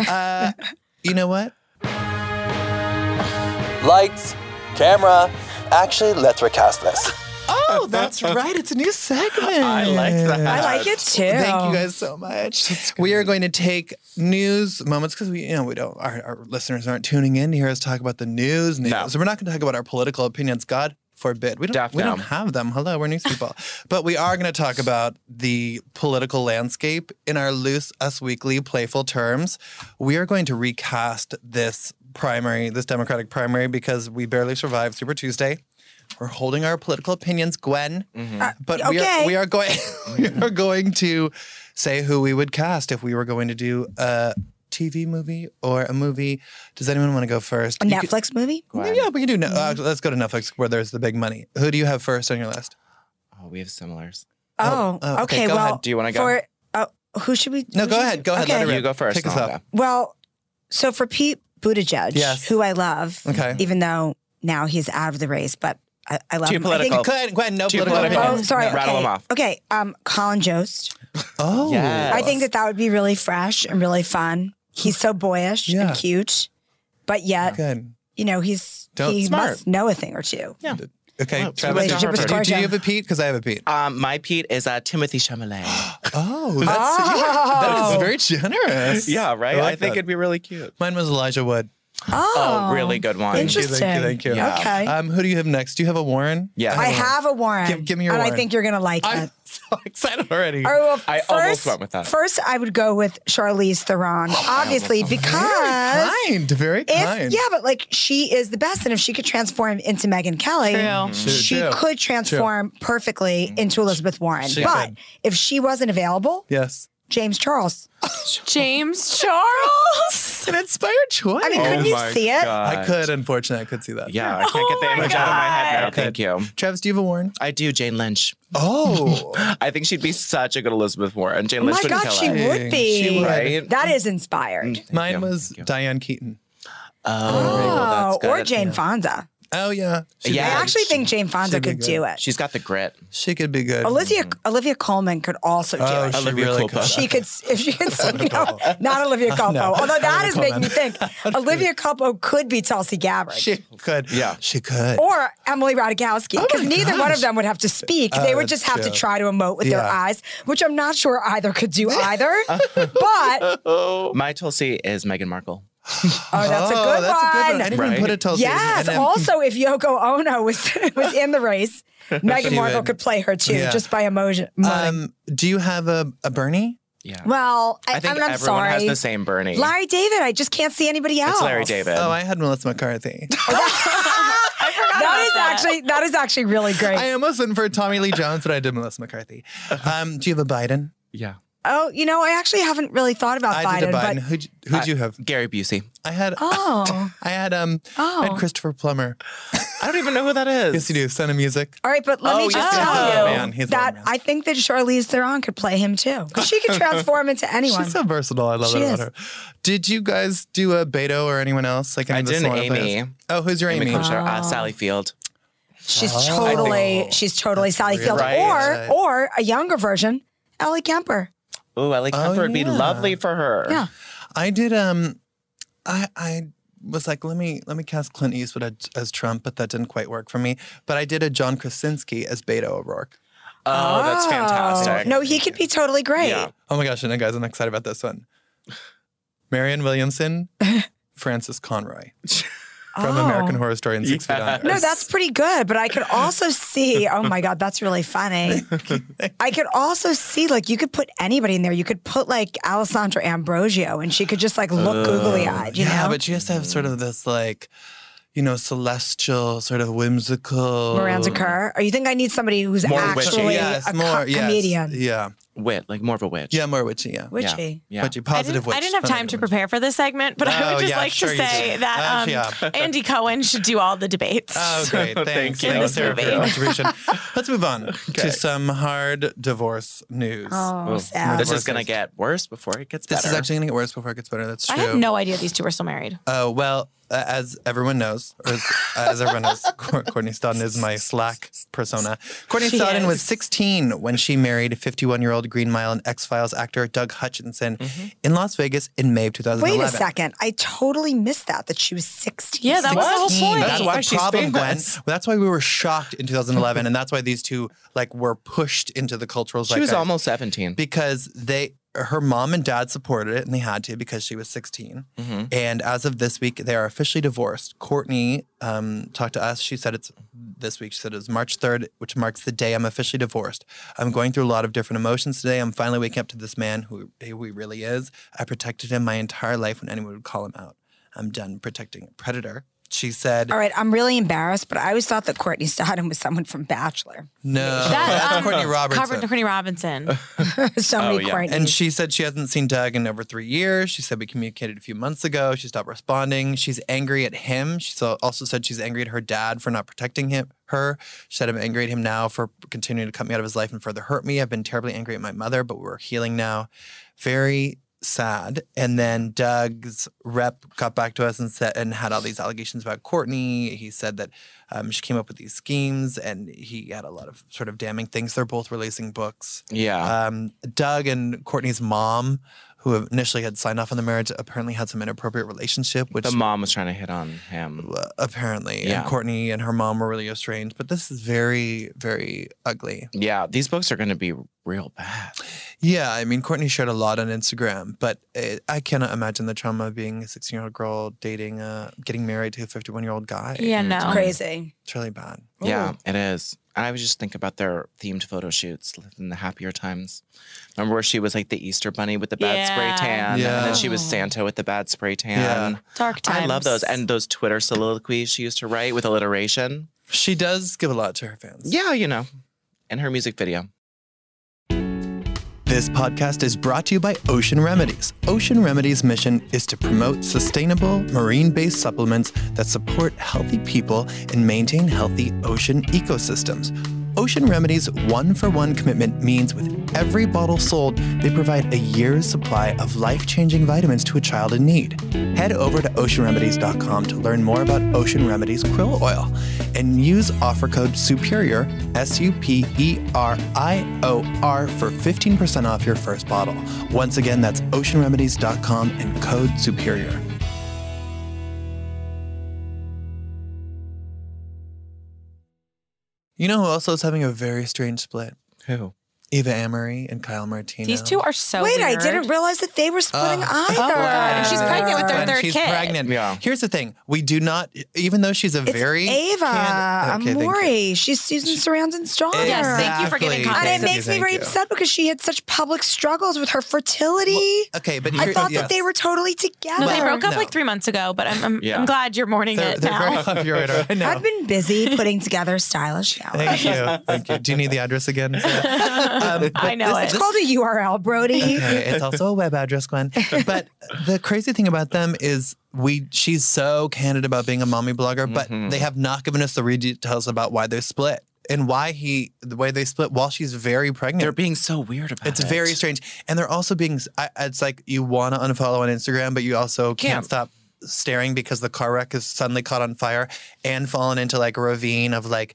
Speaker 1: uh, you know what? Lights, camera. Actually, let's recast this. Oh, that's right. It's a new segment.
Speaker 2: I like that.
Speaker 4: I like it too.
Speaker 1: Thank you guys so much. We are going to take news moments because we, you know, we don't. Our, our listeners aren't tuning in to hear us talk about the news. news.
Speaker 2: No.
Speaker 1: So we're not going to talk about our political opinions. God forbid. We don't.
Speaker 2: Daft
Speaker 1: we don't
Speaker 2: dumb.
Speaker 1: have them. Hello, we're news people. but we are going to talk about the political landscape in our loose, us weekly, playful terms. We are going to recast this primary, this Democratic primary, because we barely survived Super Tuesday. We're holding our political opinions, Gwen.
Speaker 2: Mm-hmm. Uh,
Speaker 1: But we,
Speaker 4: Okay.
Speaker 1: are, we are going we are going to say who we would cast if we were going to do a TV movie or a movie. Does anyone want to go first?
Speaker 4: A
Speaker 1: You
Speaker 4: Netflix movie?
Speaker 1: could- yeah, we can do. Ne- uh, let's go to Netflix where there's the big money. Who do you have first on your list?
Speaker 2: Oh, we have similars.
Speaker 4: Oh,
Speaker 1: oh, okay,
Speaker 4: okay.
Speaker 1: go
Speaker 4: well,
Speaker 1: ahead.
Speaker 2: Do you wanna go?
Speaker 4: For, uh, who should we?
Speaker 1: No,
Speaker 4: who
Speaker 1: go
Speaker 4: should-
Speaker 1: ahead. Go ahead.
Speaker 4: Okay.
Speaker 1: Let her
Speaker 2: You go first.
Speaker 1: Take us
Speaker 2: I'll
Speaker 1: off.
Speaker 4: Well, so for Pete Buttigieg,
Speaker 1: Yes.
Speaker 4: who I love,
Speaker 1: Okay.
Speaker 4: even though now he's out of the race, but I, I love
Speaker 2: Too
Speaker 4: him.
Speaker 2: political.
Speaker 4: I think,
Speaker 1: Glenn, Glenn, no
Speaker 2: Too
Speaker 1: political.
Speaker 2: Oh. political.
Speaker 1: opinion.
Speaker 4: oh, sorry.
Speaker 2: No. Rattle
Speaker 4: okay.
Speaker 2: him off.
Speaker 4: Okay, um, Colin Jost.
Speaker 1: Oh,
Speaker 2: Yes.
Speaker 4: I think that that would be really fresh and really fun. He's so boyish
Speaker 1: Yeah.
Speaker 4: and cute, but yet
Speaker 1: good.
Speaker 4: you know he's
Speaker 1: Don't-
Speaker 4: he
Speaker 1: smart.
Speaker 4: must know a thing or two.
Speaker 2: Yeah.
Speaker 1: Okay,
Speaker 2: Well,
Speaker 1: Travis,
Speaker 4: relationship
Speaker 1: do,
Speaker 4: with
Speaker 1: do you
Speaker 4: Scorpio.
Speaker 1: have a Pete? Because I have a Pete.
Speaker 2: Um, my Pete is uh, Timothy Chalamet.
Speaker 1: Oh, that's
Speaker 4: Oh.
Speaker 1: that is very generous.
Speaker 2: yeah, right. I,
Speaker 1: like
Speaker 2: think
Speaker 1: that.
Speaker 2: it'd be really cute.
Speaker 1: Mine was Elijah Wood.
Speaker 4: Oh,
Speaker 2: a really good one.
Speaker 4: Interesting.
Speaker 1: Thank you. Thank you.
Speaker 2: Yeah.
Speaker 4: Okay.
Speaker 1: Um, who do you have next? Do you have a Warren?
Speaker 2: Yeah.
Speaker 4: I
Speaker 1: a Warren.
Speaker 4: have a Warren.
Speaker 1: Give- give me your
Speaker 4: And I
Speaker 1: Warren.
Speaker 4: think you're going to like
Speaker 1: I'm
Speaker 4: it.
Speaker 1: so excited already.
Speaker 4: All right, Oh, well,
Speaker 2: I almost went with that.
Speaker 4: First, I would go with Charlize Theron, obviously, because
Speaker 1: kind, very
Speaker 4: if
Speaker 1: kind.
Speaker 4: yeah, but like she is the best, and if she could transform into Megan Kelly,
Speaker 3: True.
Speaker 1: She
Speaker 4: she
Speaker 1: did.
Speaker 4: could transform perfectly into Elizabeth Warren.
Speaker 1: She
Speaker 4: but
Speaker 1: could.
Speaker 4: if she wasn't available,
Speaker 1: Yes.
Speaker 4: James Charles.
Speaker 3: James Charles.
Speaker 1: An inspired choice.
Speaker 4: I
Speaker 2: Oh
Speaker 4: mean, couldn't you see it?
Speaker 1: I could, unfortunately, I could see that.
Speaker 2: Yeah, I can't
Speaker 3: Oh
Speaker 2: get the
Speaker 3: my
Speaker 2: image out of my head now.
Speaker 3: God.
Speaker 2: Thank you.
Speaker 1: Travis, do you have a Warren?
Speaker 2: I do, Jane Lynch.
Speaker 1: Oh,
Speaker 2: I think she'd be such a good Elizabeth Warren. Jane
Speaker 4: Oh
Speaker 2: Lynch
Speaker 4: my
Speaker 2: would
Speaker 4: God,
Speaker 2: kill
Speaker 4: she
Speaker 2: it.
Speaker 4: would be.
Speaker 1: She would.
Speaker 2: Right?
Speaker 4: That is inspired.
Speaker 2: Thank
Speaker 1: mine
Speaker 2: you.
Speaker 1: was
Speaker 2: Thank you.
Speaker 1: Diane Keaton.
Speaker 2: well,
Speaker 4: Oh,
Speaker 2: that's
Speaker 4: or
Speaker 2: good.
Speaker 4: Jane Fonda.
Speaker 1: Oh yeah, She'd
Speaker 2: Yeah.
Speaker 1: be
Speaker 4: I
Speaker 1: good.
Speaker 4: actually think Jane Fonda
Speaker 1: she'd be
Speaker 4: could
Speaker 1: good.
Speaker 4: do it.
Speaker 2: She's got the grit.
Speaker 1: she could be good.
Speaker 4: Olivia Olivia Coleman could also do
Speaker 1: Oh,
Speaker 4: it.
Speaker 1: she
Speaker 2: Olivia
Speaker 1: really
Speaker 2: Culpa.
Speaker 1: could.
Speaker 4: She could, if she could sing, no, not Olivia Culpo. Although that is making me think Olivia Culpo could be Tulsi Gabbard
Speaker 1: She could.
Speaker 2: Yeah.
Speaker 1: she could.
Speaker 4: or Emily Ratajkowski because neither one of
Speaker 1: gosh.
Speaker 4: them would have to speak. they would
Speaker 1: that's
Speaker 4: just have to
Speaker 1: true.
Speaker 4: try to emote with their
Speaker 1: Yeah.
Speaker 4: eyes, which I'm not sure either could do either. but oh,
Speaker 2: My Tulsi is Meghan Markle.
Speaker 4: that's a good
Speaker 1: Oh, that's
Speaker 4: one.
Speaker 1: a good one. I didn't even
Speaker 2: Right.
Speaker 1: put it Tulsi.
Speaker 4: Yes.
Speaker 1: And um, then-
Speaker 4: also, if Yoko Ono was was in the race, Meghan
Speaker 1: She
Speaker 4: Markle
Speaker 1: would.
Speaker 4: could play her too,
Speaker 1: Yeah.
Speaker 4: just by emotion.
Speaker 1: um, do you have a, a Bernie?
Speaker 2: Yeah.
Speaker 4: well,
Speaker 2: I
Speaker 4: I,
Speaker 2: think
Speaker 4: I mean, I'm
Speaker 2: everyone
Speaker 4: sorry.
Speaker 2: has the same Bernie.
Speaker 4: Larry David. I just can't see anybody else.
Speaker 2: it's Larry David.
Speaker 1: Oh, I had Melissa McCarthy.
Speaker 3: I forgot
Speaker 4: That
Speaker 3: about
Speaker 4: is actually that is actually really great.
Speaker 1: I almost went for Tommy Lee Jones, but I did Melissa McCarthy.
Speaker 4: Uh-huh.
Speaker 1: Um, do you have a Biden?
Speaker 2: yeah.
Speaker 4: oh, you know, I actually haven't really thought about
Speaker 1: I
Speaker 4: Biden,
Speaker 1: did a Biden.
Speaker 4: but
Speaker 1: Who'd, you- who'd you have?
Speaker 2: Gary Busey.
Speaker 1: I had.
Speaker 4: oh,
Speaker 1: I had um. I
Speaker 4: oh.
Speaker 1: had Christopher Plummer.
Speaker 2: I don't even know who that is.
Speaker 1: Yes, you do. Son of Music.
Speaker 4: All right, but let
Speaker 2: Oh,
Speaker 4: me just
Speaker 2: yes, he's
Speaker 4: tell
Speaker 2: a
Speaker 4: you
Speaker 2: little man.
Speaker 1: He's a
Speaker 4: that
Speaker 1: little man.
Speaker 4: I think that Charlize Theron could play him too. 'Cause She could transform into anyone.
Speaker 1: She's so versatile. I love
Speaker 4: She
Speaker 1: that about
Speaker 4: is.
Speaker 1: her. Did you guys do a Beto or anyone else? Like any
Speaker 2: I
Speaker 1: of the
Speaker 2: did an
Speaker 1: smaller
Speaker 2: Amy.
Speaker 1: players? Oh, who's your
Speaker 2: Amy
Speaker 1: Amy?
Speaker 2: Klobuchar, uh,
Speaker 4: Ah.
Speaker 2: Sally Field.
Speaker 4: she's totally she's totally Sally
Speaker 1: really
Speaker 4: Field,
Speaker 2: right.
Speaker 1: Right.
Speaker 4: or or a younger version, Ellie Kemper.
Speaker 2: Ooh, Ellie Kemper would be
Speaker 1: Oh, yeah.
Speaker 2: lovely for her.
Speaker 4: Yeah.
Speaker 1: I did. Um, I I was like, let me let me cast Clint Eastwood as, as Trump, but that didn't quite work for me. But I did a John Krasinski as Beto O'Rourke.
Speaker 2: Oh, that's
Speaker 4: Oh.
Speaker 2: fantastic.
Speaker 4: No, he could be totally great.
Speaker 2: Yeah.
Speaker 1: Oh my gosh! And guys, I'm excited about this one. Marion Williamson, Francis Conroy from
Speaker 4: Oh.
Speaker 1: American Horror Story and Six Feet
Speaker 2: Yes.
Speaker 1: Under.
Speaker 4: No, that's pretty good, but I could also see. Oh my God, that's really funny. I could also see like you could put anybody in there. You could put like Alessandra Ambrosio, and she could just like look googly
Speaker 1: Oh.
Speaker 4: eyed. You
Speaker 1: yeah,
Speaker 4: know,
Speaker 1: but she has to have sort of this like, you know, celestial, sort of whimsical.
Speaker 4: Miranda Kerr. Or you think I need somebody who's
Speaker 2: More witchy.
Speaker 4: actually
Speaker 1: yes,
Speaker 4: a co-
Speaker 1: more yes,
Speaker 4: comedian?
Speaker 1: Yeah,
Speaker 2: Wit, like more of a witch.
Speaker 1: yeah, more witchy. Yeah,
Speaker 4: Witchy.
Speaker 2: Yeah.
Speaker 1: witchy,
Speaker 3: I
Speaker 1: positive
Speaker 3: didn't,
Speaker 1: witch.
Speaker 3: I didn't have
Speaker 1: not
Speaker 3: time
Speaker 1: negative
Speaker 3: to
Speaker 1: witch.
Speaker 3: prepare for this segment, but I
Speaker 1: Oh,
Speaker 3: would just
Speaker 1: yeah,
Speaker 3: like
Speaker 1: sure
Speaker 3: to
Speaker 1: you
Speaker 3: say
Speaker 1: did.
Speaker 3: that
Speaker 1: Oh,
Speaker 3: um,
Speaker 1: yeah.
Speaker 3: Andy Cohen should do all the debates.
Speaker 1: Oh, great. Thanks.
Speaker 2: you.
Speaker 1: Thank you,
Speaker 3: This
Speaker 1: Sarah, for your
Speaker 3: movie.
Speaker 1: contribution. Let's move on to some hard divorce news.
Speaker 4: Oh,
Speaker 2: Ooh.
Speaker 4: sad.
Speaker 2: This
Speaker 1: Divorces.
Speaker 2: is gonna get worse before it gets better.
Speaker 1: this is actually going to get worse before it gets better. That's true.
Speaker 3: I had no idea these two were still married.
Speaker 1: Uh, well, uh, as everyone knows, or as, uh, as everyone knows, Cour- Courtney Stodden is my Slack persona. Courtney
Speaker 3: She
Speaker 1: Stodden was
Speaker 3: is.
Speaker 1: 16 when she married 51 year old Green Mile and X Files actor Doug Hutchinson in Las Vegas in May of 2011.
Speaker 4: Wait a second. I totally missed that, that she was 16.
Speaker 3: Yeah, that was the whole
Speaker 1: 16.
Speaker 3: point.
Speaker 1: That's
Speaker 2: That's why
Speaker 1: the
Speaker 2: she's
Speaker 1: problem, Gwen.
Speaker 2: famous.
Speaker 1: That's why we were shocked in 2011, and that's why these two like were pushed into the cultural
Speaker 2: she was
Speaker 1: zeitgeist.
Speaker 2: almost seventeen.
Speaker 1: because they her mom and dad supported it and they had to because she was 16
Speaker 2: Mm-hmm.
Speaker 1: and as of this week they are officially divorced courtney um, talked to us she said it's this week she said it was march 3rd which marks the day i'm officially divorced i'm going through a lot of different emotions today i'm finally waking up to this man who, who he really is i protected him my entire life when anyone would call him out i'm done protecting a predator she said
Speaker 4: All right, I'm really embarrassed, but I always thought that Courtney Stodden was someone from Bachelor.
Speaker 1: no
Speaker 3: That,
Speaker 1: Oh, that's
Speaker 3: um,
Speaker 1: courtney robertson
Speaker 3: Covered Courtney Robinson.
Speaker 4: so many
Speaker 2: yeah.
Speaker 4: Courtneys.
Speaker 1: Oh, And she said she hasn't seen Doug in over three years. She said we communicated a few months ago. She stopped responding. She's angry at him. She so- also said she's angry at her dad for not protecting him. Her. She said I'm angry at him now for continuing to cut me out of his life and further hurt me. I've been terribly angry at my mother, but we're healing now. Very sad. And then Doug's rep got back to us and said and had all these allegations about Courtney. He said that um, she came up with these schemes and he had a lot of sort of damning things. They're both releasing books
Speaker 2: Yeah.
Speaker 1: um, Doug and Courtney's mom, who initially had signed off on the marriage, apparently had some inappropriate relationship, which
Speaker 2: the mom was trying to hit on him.
Speaker 1: uh, apparently,
Speaker 2: Yeah.
Speaker 1: and Courtney and her mom were really estranged. But this is very, very ugly.
Speaker 2: Yeah, these books are gonna be real bad.
Speaker 1: Yeah, I mean, Courtney shared a lot on Instagram, but it, I cannot imagine the trauma of being a 16 year old girl dating, a, getting married to a 51 year old guy.
Speaker 3: Yeah, no.
Speaker 4: Crazy.
Speaker 1: It's really bad.
Speaker 2: Yeah, it is. And I was just think about their themed photo shoots in the happier times. Remember where she was like the Easter bunny with the bad
Speaker 3: Yeah.
Speaker 2: spray tan, and then she was
Speaker 4: Yeah.
Speaker 2: Santa with the bad spray tan.
Speaker 3: Dark times.
Speaker 2: I love those and those Twitter soliloquies she used to write with alliteration.
Speaker 1: She does give a lot to her fans.
Speaker 2: Yeah, you know, and her music video.
Speaker 1: This podcast is brought to you by Ocean Remedies. Ocean Remedies' mission is to promote sustainable marine based supplements that support healthy people and maintain healthy ocean ecosystems. Ocean Remedies' one for one commitment means with every bottle sold, they provide a year's supply of life changing vitamins to a child in need. Head over to oceanremedies.com to learn more about Ocean Remedies krill oil and use offer code SUPERIOR, S U P E R I O R, for 15% off your first bottle. Once again, that's oceanremedies.com and code SUPERIOR. You know who else is having a very strange split?
Speaker 2: Who?
Speaker 1: Eva Amory and Kyle Martino.
Speaker 3: These two are so
Speaker 4: Wait, I
Speaker 3: weird.
Speaker 4: didn't realize that they were splitting
Speaker 1: Oh.
Speaker 4: either.
Speaker 3: Oh, God. And she's pregnant with their
Speaker 1: When
Speaker 3: third
Speaker 1: she's
Speaker 3: kid.
Speaker 1: pregnant.
Speaker 2: Yeah.
Speaker 1: Here's the thing: we do not, even though she's a
Speaker 4: It's
Speaker 1: very
Speaker 4: Ava
Speaker 1: candid- Okay, thank you.
Speaker 4: Amori. She's Susan Sarandon's daughter.
Speaker 3: Yes, thank you for giving
Speaker 1: Exactly.
Speaker 3: context.
Speaker 4: And
Speaker 1: Thank
Speaker 4: it
Speaker 1: you,
Speaker 4: makes me
Speaker 1: thank
Speaker 4: very
Speaker 1: you.
Speaker 4: upset because she had such public struggles with her fertility.
Speaker 1: Okay, but
Speaker 4: I
Speaker 1: here-
Speaker 4: thought
Speaker 1: yes.
Speaker 4: that they were totally together.
Speaker 3: No, they broke up
Speaker 1: No.
Speaker 3: like three months ago, but I'm I'm,
Speaker 2: Yeah.
Speaker 3: I'm glad you're mourning
Speaker 1: They're,
Speaker 3: it
Speaker 1: they're very
Speaker 3: now.
Speaker 1: copyright. I know.
Speaker 4: I've been busy putting together stylish gowns.
Speaker 1: Thank you. Thank you. Do you need the address again? Um,
Speaker 3: I know
Speaker 1: this-
Speaker 3: it.
Speaker 4: It's called a URL, Brody.
Speaker 1: Okay, it's also a web address, Gwen. But the crazy thing about them is we she's so candid about being a mommy blogger, but
Speaker 2: Mhm.
Speaker 1: they have not given us the real details about why they split and why he the way they split while she's very pregnant.
Speaker 2: They're being so weird about
Speaker 1: it's
Speaker 2: it.
Speaker 1: very strange, and they're also being. I, it's like you want to unfollow on Instagram, but you also can't,
Speaker 2: Can't.
Speaker 1: stop staring because the car wreck is suddenly caught on fire and fallen into like a ravine of like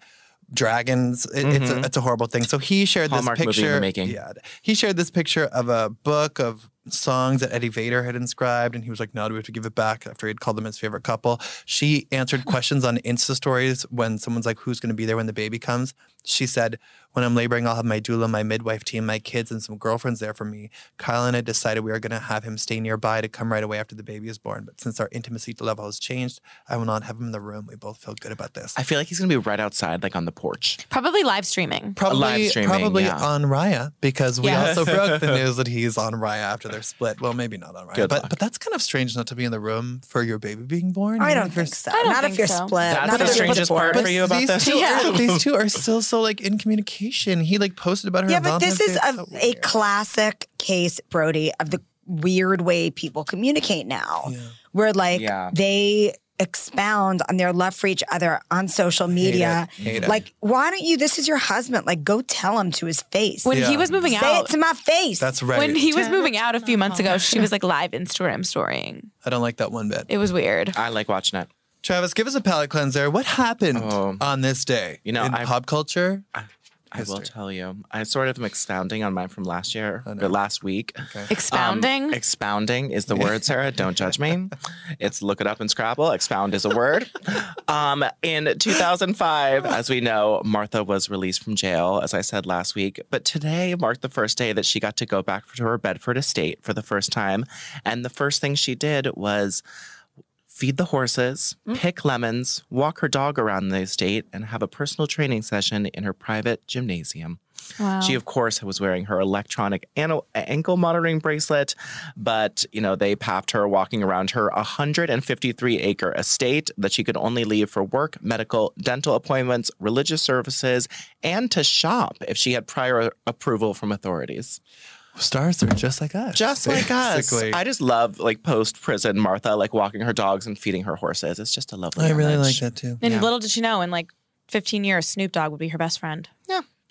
Speaker 1: dragons. It- It's a,
Speaker 2: Mhm.
Speaker 1: it's a horrible thing. So he shared
Speaker 2: Hallmark
Speaker 1: this
Speaker 2: movie in the
Speaker 1: picture.
Speaker 2: making.
Speaker 1: Yeah, he shared this picture of a book of songs that Eddie Vader had inscribed, and he was like, "No, do we have to give it back?" After he'd called them his favorite couple, she answered questions on Insta stories when someone's like, "Who's going to be there when the baby comes?" She said, "When I'm laboring, I'll have my doula, my midwife team, my kids, and some girlfriends there for me." Kyle and I decided we are going to have him stay nearby to come right away after the baby is born. But since our intimacy level has changed, I will not have him in the room. We both feel good about this.
Speaker 2: I feel like he's gonna be right outside, like on the porch.
Speaker 3: Probably live streaming.
Speaker 1: Probably,
Speaker 2: live streaming,
Speaker 1: probably
Speaker 2: yeah.
Speaker 1: on Raya because we
Speaker 3: Yes.
Speaker 1: also broke the news that he's on Raya after their split. Well, maybe not on Raya,
Speaker 2: Good
Speaker 1: but
Speaker 2: luck.
Speaker 1: but that's kind of strange not to be in the room for your baby being born.
Speaker 4: I
Speaker 1: even
Speaker 4: don't
Speaker 1: if you're
Speaker 4: think so.
Speaker 3: I don't
Speaker 4: Not
Speaker 3: think
Speaker 4: if you're
Speaker 3: so.
Speaker 4: split.
Speaker 2: That's
Speaker 4: Uh, Not
Speaker 2: the
Speaker 4: if you're
Speaker 2: strangest
Speaker 4: divorced.
Speaker 2: part for you about
Speaker 1: these
Speaker 2: this?
Speaker 1: Two
Speaker 3: Yeah.
Speaker 1: are, these two are still so like in communication. He like posted about her.
Speaker 4: Yeah,
Speaker 1: on
Speaker 4: but this
Speaker 1: Valentine's
Speaker 4: is
Speaker 1: Day.
Speaker 4: a,
Speaker 1: It's so
Speaker 4: a
Speaker 1: Oh, weird.
Speaker 4: classic case, Brody, of the weird way people communicate now,
Speaker 1: Yeah.
Speaker 4: where like
Speaker 2: Yeah.
Speaker 4: they expound on their love for each other on social
Speaker 1: Hate it.
Speaker 4: media.
Speaker 1: Hate it.
Speaker 4: Like, why don't you? This is your husband. Like, go tell him to his face.
Speaker 3: When
Speaker 1: Yeah.
Speaker 3: he was moving
Speaker 4: Say
Speaker 3: out,
Speaker 4: it to my face.
Speaker 1: that's right.
Speaker 3: when he was moving out a few months ago, she was like live Instagram storying.
Speaker 1: I don't like that one bit.
Speaker 3: It was weird.
Speaker 2: I like watching it.
Speaker 1: Travis, give us a palate cleanser. What happened
Speaker 2: Oh.
Speaker 1: on this day?
Speaker 2: You know,
Speaker 1: in
Speaker 2: I-
Speaker 1: pop culture.
Speaker 2: I will
Speaker 1: History.
Speaker 2: tell you. I sort of am expounding on mine from last year
Speaker 1: I know.
Speaker 2: or last week. Um,
Speaker 3: Expounding.
Speaker 2: expounding is the word, Sarah. Don't judge me. It's look it up in Scrabble. Expound is a word. Um, in 2005, as we know, Martha was released from jail, as I said last week. But today marked the first day that she got to go back to her Bedford estate for the first time. And the first thing she did was feed the horses, pick lemons, walk her dog around the estate, and have a personal training session in her private gymnasium.
Speaker 3: wow.
Speaker 1: Oh.
Speaker 2: She, of course, was wearing her electronic an- ankle monitoring bracelet, but you know they papped her walking around her 153 acre estate that she could only leave for work, medical, dental appointments, religious services, and to shop if she had prior approval from authorities.
Speaker 1: Stars are just like us.
Speaker 2: Just like us,
Speaker 1: Basically.
Speaker 2: I just love like post prison Martha like walking her dogs and feeding her horses. It's just a lovely.
Speaker 1: I really like
Speaker 2: image.
Speaker 1: that too.
Speaker 3: and
Speaker 2: yeah.
Speaker 3: little did she know, in like 15 years, Snoop Dogg would be her best friend.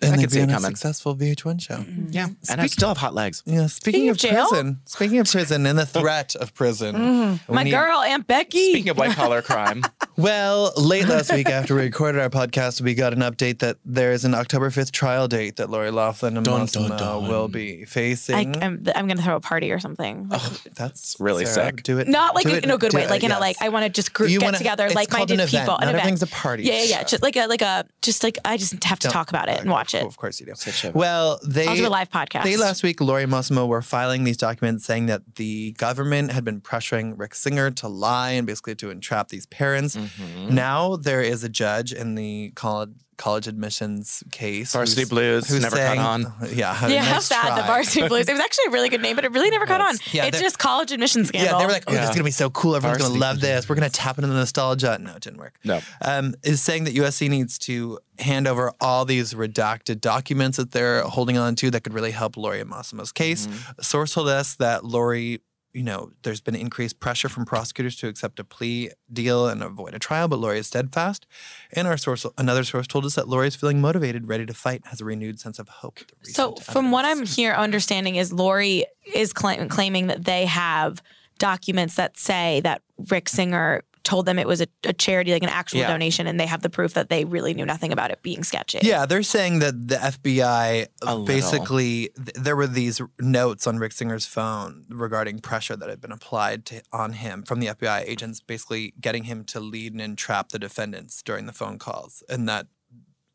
Speaker 1: And
Speaker 2: I
Speaker 1: they'd
Speaker 2: could see
Speaker 1: be on
Speaker 2: it
Speaker 1: a
Speaker 2: coming.
Speaker 1: successful VH1 show.
Speaker 2: Yeah, and I
Speaker 1: Speak-
Speaker 2: still have hot legs.
Speaker 1: Yeah, speaking,
Speaker 3: Mm. Speaking
Speaker 1: of
Speaker 3: of jail?
Speaker 1: prison, speaking of prison and the threat of prison, we
Speaker 3: Mm-hmm. My
Speaker 1: need-
Speaker 3: girl, Aunt Becky.
Speaker 2: Speaking of white collar crime,
Speaker 1: Well, late last week after we recorded our podcast, we got an update that there is an October 5th trial date that Lori Laughlin and
Speaker 2: Dun,
Speaker 1: Massimo
Speaker 2: dun, dun.
Speaker 1: will be facing.
Speaker 3: I, I'm, I'm gonna throw a party or something.
Speaker 1: That's
Speaker 2: really
Speaker 1: Sarah,
Speaker 2: sick.
Speaker 1: Do it.
Speaker 3: Not like
Speaker 1: Oh. do
Speaker 3: in a good
Speaker 1: do
Speaker 3: way,
Speaker 1: it,
Speaker 3: like in
Speaker 1: yes.
Speaker 3: a like I want to just group
Speaker 1: You
Speaker 3: get
Speaker 1: wanna-
Speaker 3: together,
Speaker 1: it's called an
Speaker 3: like-minded
Speaker 1: event.
Speaker 3: people.
Speaker 1: Not everything's a party,
Speaker 3: Yeah, yeah, yeah.
Speaker 1: so-
Speaker 3: Just like a like a just like I just have to
Speaker 1: Don't-
Speaker 3: talk about it
Speaker 1: Okay,
Speaker 3: and watch it.
Speaker 1: cool, Of course you do.
Speaker 2: Such a-
Speaker 1: Well, they
Speaker 3: I'll do a live podcast.
Speaker 1: They last week, Lori Massimo were filing these documents saying that the government had been pressuring Rick Singer to lie and basically to entrap these parents.
Speaker 3: Mm-hmm.
Speaker 2: Mhm.
Speaker 1: Now there is a judge in the college college admissions case.
Speaker 2: Varsity
Speaker 1: who's-
Speaker 2: Blues
Speaker 1: who's
Speaker 2: never
Speaker 1: saying-
Speaker 2: caught on.
Speaker 1: Yeah.
Speaker 3: yeah, how
Speaker 1: nice
Speaker 3: sad the
Speaker 1: try.
Speaker 3: varsity blues. It was actually a really good name, but it really never caught on.
Speaker 1: Yeah,
Speaker 3: it's
Speaker 1: they're-
Speaker 3: just college admission scandal.
Speaker 1: Yeah, they were like, "Oh, this
Speaker 2: Yeah.
Speaker 1: is gonna be so cool. Everyone's
Speaker 2: Varsity
Speaker 1: gonna love this. We're gonna tap into the nostalgia." No, it didn't work.
Speaker 2: No.
Speaker 1: um, is saying that USC needs to hand over all these redacted documents that they're holding on to that could really help Lori Massimo's case.
Speaker 2: Mm-hmm.
Speaker 1: A source told us that Lori, you know, there's been increased pressure from prosecutors to accept a plea deal and avoid a trial, but Lori is steadfast. And our source, another source, told us that Lori is feeling motivated, ready to fight, has a renewed sense of hope. with the
Speaker 3: So,
Speaker 1: recent
Speaker 3: from what
Speaker 1: evidence.
Speaker 3: I'm here understanding is Lori is claim- claiming that they have documents that say that Rick Singer told them it was a, a charity, like an actual
Speaker 2: Yeah.
Speaker 3: donation, and they have the proof that they really knew nothing about it being sketchy.
Speaker 1: Yeah, they're saying that the FBI
Speaker 2: little.
Speaker 1: basically th- there were these notes on Rick Singer's phone regarding pressure that had been applied to, on him from the FBI agents, basically getting him to lead and entrap the defendants during the phone calls, and that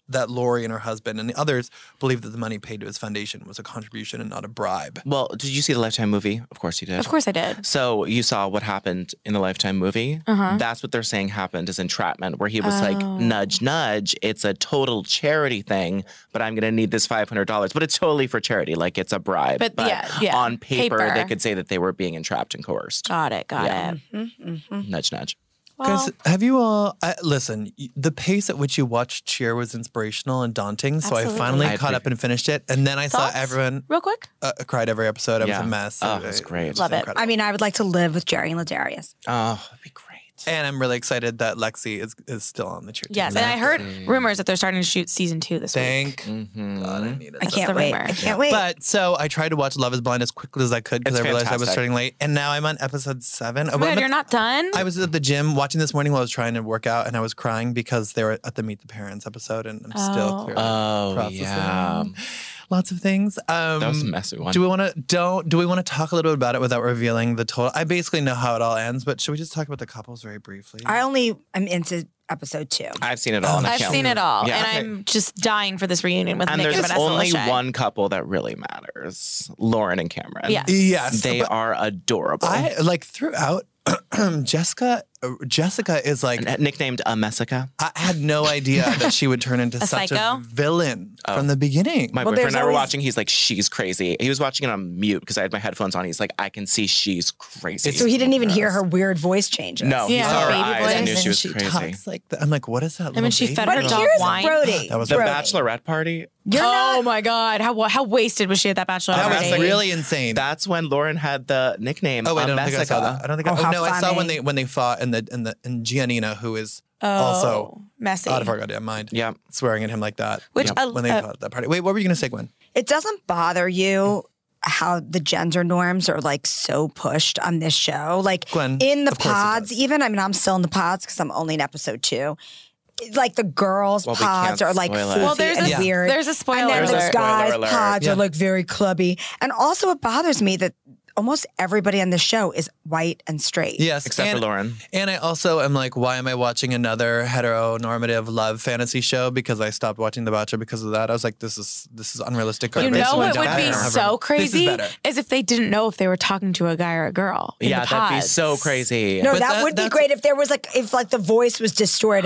Speaker 1: that Lori and her husband and the others believed that the money paid to his foundation was a contribution and not a bribe.
Speaker 2: Well, did you see the Lifetime movie? Of course you did.
Speaker 3: Of course I did.
Speaker 2: So you saw what happened in the Lifetime movie.
Speaker 3: Uh-huh.
Speaker 2: That's what they're saying happened is entrapment, where he was like,
Speaker 3: Oh.
Speaker 2: nudge, nudge. It's a total charity thing, but I'm going to need this $500. But it's totally for charity. Like it's a bribe.
Speaker 3: But yeah, yeah.
Speaker 2: on paper, they
Speaker 3: Paper.
Speaker 2: could say that they were being entrapped and coerced.
Speaker 3: Got it. Got
Speaker 2: Yeah.
Speaker 3: it.
Speaker 4: Mm-hmm,
Speaker 2: Nudge, nudge.
Speaker 1: Guys, have you all I, listen? y- The pace at which you watched Cheer was inspirational and daunting, so I
Speaker 3: Absolutely.
Speaker 1: finally
Speaker 2: I
Speaker 1: caught
Speaker 2: appre-
Speaker 1: up and finished it. And then I
Speaker 3: Thoughts?
Speaker 1: saw everyone
Speaker 3: Real quick.
Speaker 1: uh, cried every episode. I was
Speaker 2: Yeah.
Speaker 1: a mess.
Speaker 2: Oh,
Speaker 1: It-
Speaker 2: that's
Speaker 1: it
Speaker 2: great.
Speaker 1: was
Speaker 3: Love it.
Speaker 1: incredible.
Speaker 4: I mean, I would like to live with Jerry and Ladarius.
Speaker 2: Oh, that'd be great.
Speaker 1: And I'm really excited that Lexi is, is still on the cheer team.
Speaker 3: Yes. And I heard rumors that they're starting to shoot season two this week.
Speaker 1: Thank
Speaker 2: Mhm.
Speaker 1: God I needed
Speaker 4: I
Speaker 1: that.
Speaker 4: can't
Speaker 3: the
Speaker 4: wait.
Speaker 3: rumor.
Speaker 4: I can't wait.
Speaker 1: But so I tried to watch Love is Blind as quickly as I could because
Speaker 2: It's
Speaker 1: I realized I was
Speaker 2: fantastic.
Speaker 1: starting late. And now I'm on episode seven.
Speaker 3: Oh my God, you're not done?
Speaker 1: I was at the gym watching this morning while I was trying to work out and I was crying because they were at the Meet the Parents episode and I'm still
Speaker 3: Oh.
Speaker 1: clearly
Speaker 2: Oh,
Speaker 1: processing
Speaker 2: yeah.
Speaker 1: lots of things. Um,
Speaker 2: That was a messy one.
Speaker 1: do we want to don't do we want to talk a little bit about it without revealing the total? I basically know how it all ends, but should we just talk about the couples very briefly?
Speaker 4: I only am into episode two.
Speaker 2: I've seen it all. and I
Speaker 1: I've
Speaker 3: I've
Speaker 2: can't-
Speaker 3: seen it all,
Speaker 2: Yeah.
Speaker 3: and
Speaker 1: Okay.
Speaker 3: I'm just dying for this reunion with
Speaker 2: And
Speaker 3: Nick
Speaker 2: there's
Speaker 3: and Vanessa
Speaker 2: only
Speaker 3: Lachey.
Speaker 2: one couple that really matters Lauren and Cameron.
Speaker 3: Yeah.
Speaker 1: yes,
Speaker 2: They
Speaker 1: but-
Speaker 2: are adorable.
Speaker 1: I like throughout Jessica. uh, Jessica is like
Speaker 2: N- nicknamed a Messica.
Speaker 1: I had no idea that she would turn into
Speaker 3: A
Speaker 1: such
Speaker 3: psycho?
Speaker 1: a villain
Speaker 2: Oh.
Speaker 1: from the beginning.
Speaker 2: My
Speaker 4: Well,
Speaker 2: boyfriend and
Speaker 4: there's
Speaker 2: I were
Speaker 4: always-
Speaker 2: watching. He's like, she's crazy. He was watching it on mute because I had my headphones on. He's like, I can see she's crazy.
Speaker 4: So he didn't even hear her weird voice changes.
Speaker 2: No, he
Speaker 3: Yeah,
Speaker 2: saw her
Speaker 3: baby
Speaker 2: eyes and
Speaker 3: voice.
Speaker 2: knew she
Speaker 1: And
Speaker 2: was
Speaker 1: she
Speaker 2: crazy.
Speaker 1: talks like that. I'm like, what is that?
Speaker 3: I mean,
Speaker 1: little
Speaker 3: she
Speaker 1: baby
Speaker 3: fed her
Speaker 1: girl?
Speaker 4: But
Speaker 3: dog
Speaker 4: here's
Speaker 3: wine.
Speaker 4: Brody.
Speaker 1: That was
Speaker 2: The
Speaker 1: Brody.
Speaker 2: bachelorette party.
Speaker 4: You're
Speaker 3: oh
Speaker 4: not.
Speaker 3: my god, how how wasted was she at that bachelor
Speaker 1: That
Speaker 2: Alright.
Speaker 1: was
Speaker 3: party?
Speaker 1: really insane.
Speaker 2: That's when Lauren had the nickname.
Speaker 1: oh wait, I
Speaker 2: a
Speaker 1: don't think I saw
Speaker 2: Messica.
Speaker 1: that. I don't think.
Speaker 4: Oh,
Speaker 1: I,
Speaker 4: how
Speaker 1: no, I saw when
Speaker 4: funny.
Speaker 1: they when they fought and the and the and Giannina, who is
Speaker 3: oh,
Speaker 1: also
Speaker 3: messy.
Speaker 1: out of our goddamn mind,
Speaker 2: Yeah.
Speaker 1: swearing at him like that.
Speaker 3: Which
Speaker 2: Yep.
Speaker 3: I-
Speaker 1: when they
Speaker 3: uh,
Speaker 1: fought at that party. Wait, what were you gonna say, Gwen?
Speaker 4: It doesn't bother you how the gender norms are like so pushed on this show. Like
Speaker 1: Gwen,
Speaker 4: in the
Speaker 1: of course it
Speaker 4: pods,
Speaker 1: does.
Speaker 4: even I mean, I'm still in the pods because I'm only in episode two. Like the girls'
Speaker 2: Well, we
Speaker 4: pods
Speaker 2: can't
Speaker 4: are like
Speaker 2: spoil it.
Speaker 4: foofy
Speaker 3: well, there's
Speaker 4: and
Speaker 3: a
Speaker 1: Yeah.
Speaker 4: weird.
Speaker 3: there's a spoiler.
Speaker 4: and then
Speaker 2: There's
Speaker 4: the
Speaker 2: a
Speaker 3: alert.
Speaker 2: spoiler
Speaker 4: guys'
Speaker 2: alert.
Speaker 4: pods
Speaker 1: Yeah.
Speaker 4: are like very clubby. And also, it bothers me that almost everybody on the show is white and straight.
Speaker 1: Yes,
Speaker 2: Except
Speaker 1: and-
Speaker 2: for Lauren.
Speaker 1: And I also am like, why am I watching another heteronormative love fantasy show? Because I stopped watching The Bachelor because of that. I was like, this is this is unrealistic
Speaker 3: you
Speaker 1: garbage.
Speaker 3: know
Speaker 1: I
Speaker 3: what
Speaker 1: don't
Speaker 3: would be
Speaker 1: have room.
Speaker 3: so
Speaker 1: This is
Speaker 3: crazy
Speaker 1: better.
Speaker 3: is if they didn't know if they were talking to a guy or a girl. in
Speaker 2: Yeah,
Speaker 3: the
Speaker 2: that'd be
Speaker 3: pods.
Speaker 2: so crazy.
Speaker 4: No,
Speaker 1: But
Speaker 4: that,
Speaker 1: that-
Speaker 4: would be
Speaker 1: that's-
Speaker 4: great if there was like if like the voice was distorted.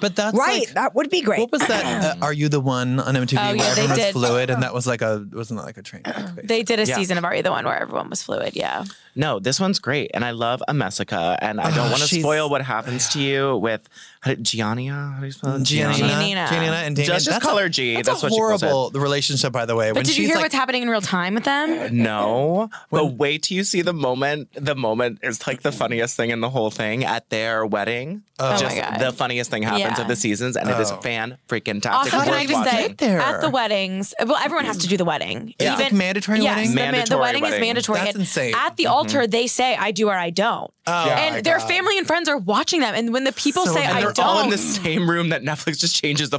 Speaker 1: But that's
Speaker 4: right,
Speaker 1: like-
Speaker 4: that would be great.
Speaker 1: what was that? uh, Are you the one on MTV
Speaker 3: Oh,
Speaker 1: where
Speaker 3: yeah, they
Speaker 1: everyone was
Speaker 3: did.
Speaker 1: fluid? And that was like a wasn't that like a train? wreck, basically?
Speaker 3: They did a
Speaker 2: Yeah.
Speaker 3: season of Are You the One where everyone was fluid. Yeah.
Speaker 2: No, this one's great, and I love a Messica, and I
Speaker 1: Oh,
Speaker 2: don't want to
Speaker 1: she's-
Speaker 2: spoil what happens to you with how do- Giannia. How do you spell it?
Speaker 1: Giannina,
Speaker 3: Giannina.
Speaker 1: Giannina and Damien.
Speaker 2: Just, just
Speaker 1: That's
Speaker 2: call
Speaker 1: a-
Speaker 2: her G.
Speaker 1: That's,
Speaker 2: That's,
Speaker 1: a
Speaker 2: what she calls it.
Speaker 1: horrible relationship, by the way.
Speaker 3: But did you hear what's happening in real time with
Speaker 1: Uh,
Speaker 3: them?
Speaker 2: No, but wait till you see the moment. The moment is like the funniest thing in the whole thing at their wedding.
Speaker 1: Oh.
Speaker 3: my
Speaker 2: just
Speaker 3: God.
Speaker 2: the funniest thing happens
Speaker 3: Yeah.
Speaker 2: of the seasons, and it is
Speaker 1: Oh.
Speaker 2: fan freaking
Speaker 3: Also,
Speaker 2: tastic.
Speaker 3: can I
Speaker 2: worth
Speaker 3: just say
Speaker 2: watching.
Speaker 1: Get there.
Speaker 3: at the weddings? Well, everyone has to do the wedding.
Speaker 1: Yeah. It's like mandatory
Speaker 3: yes,
Speaker 1: wedding?
Speaker 3: The, man- the
Speaker 2: Mandatory
Speaker 3: wedding,
Speaker 2: wedding.
Speaker 3: is mandatory,
Speaker 1: That's That's insane. Mm-hmm.
Speaker 3: At the altar, they say, I do or I don't.
Speaker 1: Oh
Speaker 3: and
Speaker 1: my
Speaker 3: their
Speaker 1: God.
Speaker 3: family and friends are watching them. And when the people
Speaker 1: So
Speaker 3: say,
Speaker 1: bad.
Speaker 2: and
Speaker 3: I
Speaker 2: they're
Speaker 3: don't,
Speaker 2: all in the same room that Netflix just changes the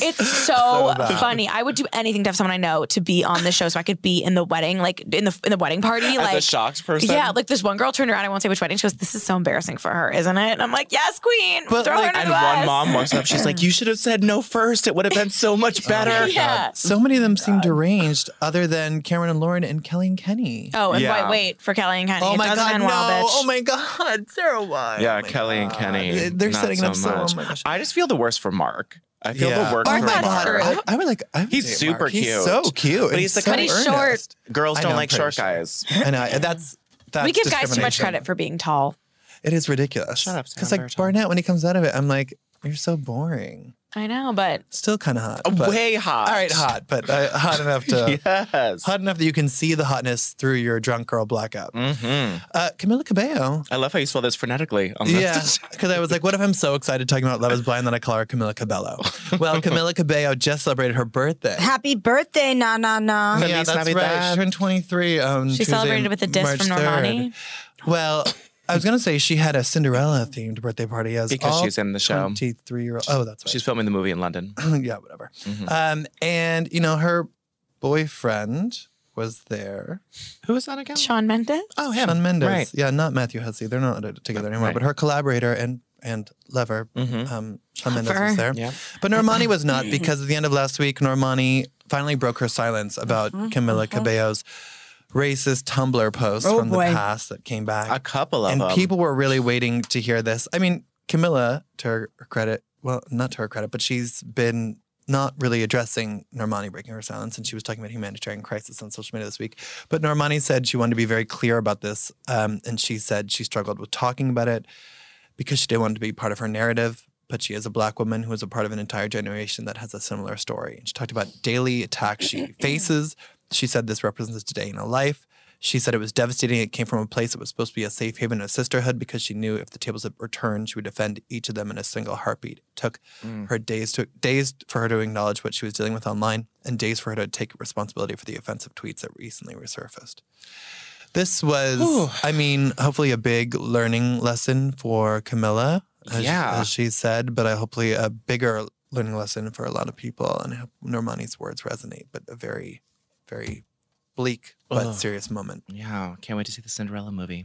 Speaker 3: It's so,
Speaker 1: So bad.
Speaker 3: funny. I would do anything to have someone I know to be on the show so I could be in the wedding, like in the in the wedding party.
Speaker 2: As
Speaker 3: like
Speaker 2: a shocked person.
Speaker 3: Yeah, like this one girl turned around, I won't say which wedding. She goes, This is so embarrassing for her, isn't it? And I'm like, Yes, Queen.
Speaker 1: But,
Speaker 3: throw
Speaker 1: like-
Speaker 3: her under
Speaker 2: and
Speaker 3: the
Speaker 2: one
Speaker 3: bus."
Speaker 2: mom walks up, she's like, You should have said no first. It would have been so much better.
Speaker 3: Yeah.
Speaker 1: So many of them seem deranged, other than Cameron and Lauren and Kelly and Kenny.
Speaker 3: Oh, and
Speaker 2: Yeah.
Speaker 3: wait, wait for Kelly and Kenny.
Speaker 1: Oh
Speaker 3: it
Speaker 1: my
Speaker 3: doesn't
Speaker 1: god,
Speaker 3: end
Speaker 1: no!
Speaker 3: well, bitch.
Speaker 1: Oh my god, Sarah Oh Why?
Speaker 2: Yeah, Kelly and Kenny.
Speaker 1: They're
Speaker 2: not
Speaker 1: setting it
Speaker 2: so
Speaker 1: up so
Speaker 2: much.
Speaker 1: oh my gosh.
Speaker 2: I just feel the worst for Mark. I feel the worst
Speaker 1: Oh my
Speaker 2: for
Speaker 3: Mark's
Speaker 2: Mark.
Speaker 1: god,
Speaker 3: true.
Speaker 1: I, I would like. I would
Speaker 2: He's
Speaker 1: date
Speaker 2: super
Speaker 1: Mark.
Speaker 2: cute.
Speaker 1: He's so cute.
Speaker 2: But he's
Speaker 1: and so
Speaker 2: the
Speaker 3: kind- But he's short.
Speaker 1: earnest.
Speaker 2: Girls
Speaker 1: I
Speaker 2: don't
Speaker 1: know,
Speaker 2: like
Speaker 1: I'm pretty
Speaker 2: short
Speaker 1: sure.
Speaker 2: guys.
Speaker 1: And I, that's that's
Speaker 3: we give guys too much
Speaker 1: discrimination.
Speaker 3: credit for being tall.
Speaker 1: It is ridiculous.
Speaker 2: Shut up, Sam
Speaker 1: Because like
Speaker 2: Burton.
Speaker 1: Barnett, when he comes out of it, I'm like, you're so boring.
Speaker 3: I know, but
Speaker 1: Still kind of hot. but-
Speaker 2: Oh, Way hot.
Speaker 1: All right, hot, but uh, hot enough to
Speaker 2: yes.
Speaker 1: hot enough that you can see the hotness through your drunk girl blackout.
Speaker 2: hmm
Speaker 1: Uh, Camila Cabello.
Speaker 2: I love how you spell this phonetically. On
Speaker 1: Yeah,
Speaker 2: this.
Speaker 1: because I was like, what if I'm so excited talking about Love is Blind that I call her Camila Cabello? Well, Camila Cabello just celebrated her birthday.
Speaker 4: Happy birthday, na na na.
Speaker 1: yeah,
Speaker 2: Feliz
Speaker 1: that's right.
Speaker 2: Navidad.
Speaker 1: She turned 23 on
Speaker 3: she
Speaker 1: Tuesday,
Speaker 3: celebrated with a disc
Speaker 1: March
Speaker 3: from
Speaker 1: 3rd.
Speaker 3: Normani.
Speaker 1: Well, I was going to say she had a Cinderella themed birthday party as
Speaker 2: Because
Speaker 1: all
Speaker 2: she's in the show.
Speaker 1: 23 year old. Oh, that's right.
Speaker 2: She's filming the movie in London.
Speaker 1: yeah, whatever.
Speaker 2: Mhm.
Speaker 1: Um, and you know, her boyfriend was there.
Speaker 2: Who is that again?
Speaker 3: Sean Mendes.
Speaker 2: Oh, him.
Speaker 1: Sean Mendes.
Speaker 2: Right.
Speaker 1: Yeah, not Matthew Hussey. They're not together anymore.
Speaker 2: Right.
Speaker 1: But her collaborator and and lover,
Speaker 2: Mhm.
Speaker 1: um, Sean Mendes
Speaker 3: Lover.
Speaker 1: was there.
Speaker 2: Yeah.
Speaker 1: But Normani was not because at the end of last week, Normani finally broke her silence about
Speaker 4: Mm-hmm.
Speaker 1: Camila Cabello's racist Tumblr posts
Speaker 4: Oh,
Speaker 1: from
Speaker 4: boy.
Speaker 1: the past that came back.
Speaker 2: A couple of
Speaker 1: and
Speaker 2: them.
Speaker 1: people were really waiting to hear this. I mean, Camilla, to her credit, well, not to her credit, but she's been not really addressing Normani breaking her silence, and she was talking about humanitarian crisis on social media this week. But Normani said she wanted to be very clear about this, um, and she said she struggled with talking about it because she didn't want it to be part of her narrative. But she is a black woman who is a part of an entire generation that has a similar story. And she talked about daily attacks she faces. She said this represents today in her life. She said it was devastating. It came from a place that was supposed to be a safe haven and a sisterhood because she knew if the tables had returned, she would defend each of them in a single heartbeat. It took
Speaker 2: Mm.
Speaker 1: her days to days for her to acknowledge what she was dealing with online and days for her to take responsibility for the offensive tweets that recently resurfaced. This was,
Speaker 2: Whew.
Speaker 1: I mean, hopefully a big learning lesson for Camilla, as,
Speaker 2: Yeah.
Speaker 1: as she said, but I hopefully a bigger learning lesson for a lot of people. And I hope Normani's words resonate, but a very, very bleak but
Speaker 2: Ugh.
Speaker 1: serious moment.
Speaker 2: Yeah. Can't wait to see the Cinderella movie.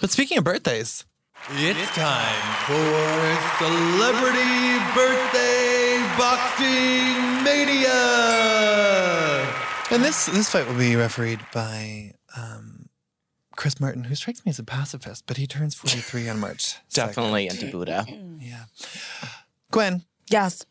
Speaker 1: But speaking of birthdays, it's time for celebrity birthday boxing mania. And this this fight will be refereed by um, Chris Martin, who strikes me as a pacifist, but he turns 43 on March. 2nd.
Speaker 2: Definitely into Buddha.
Speaker 1: Yeah. Gwen,
Speaker 4: Yes.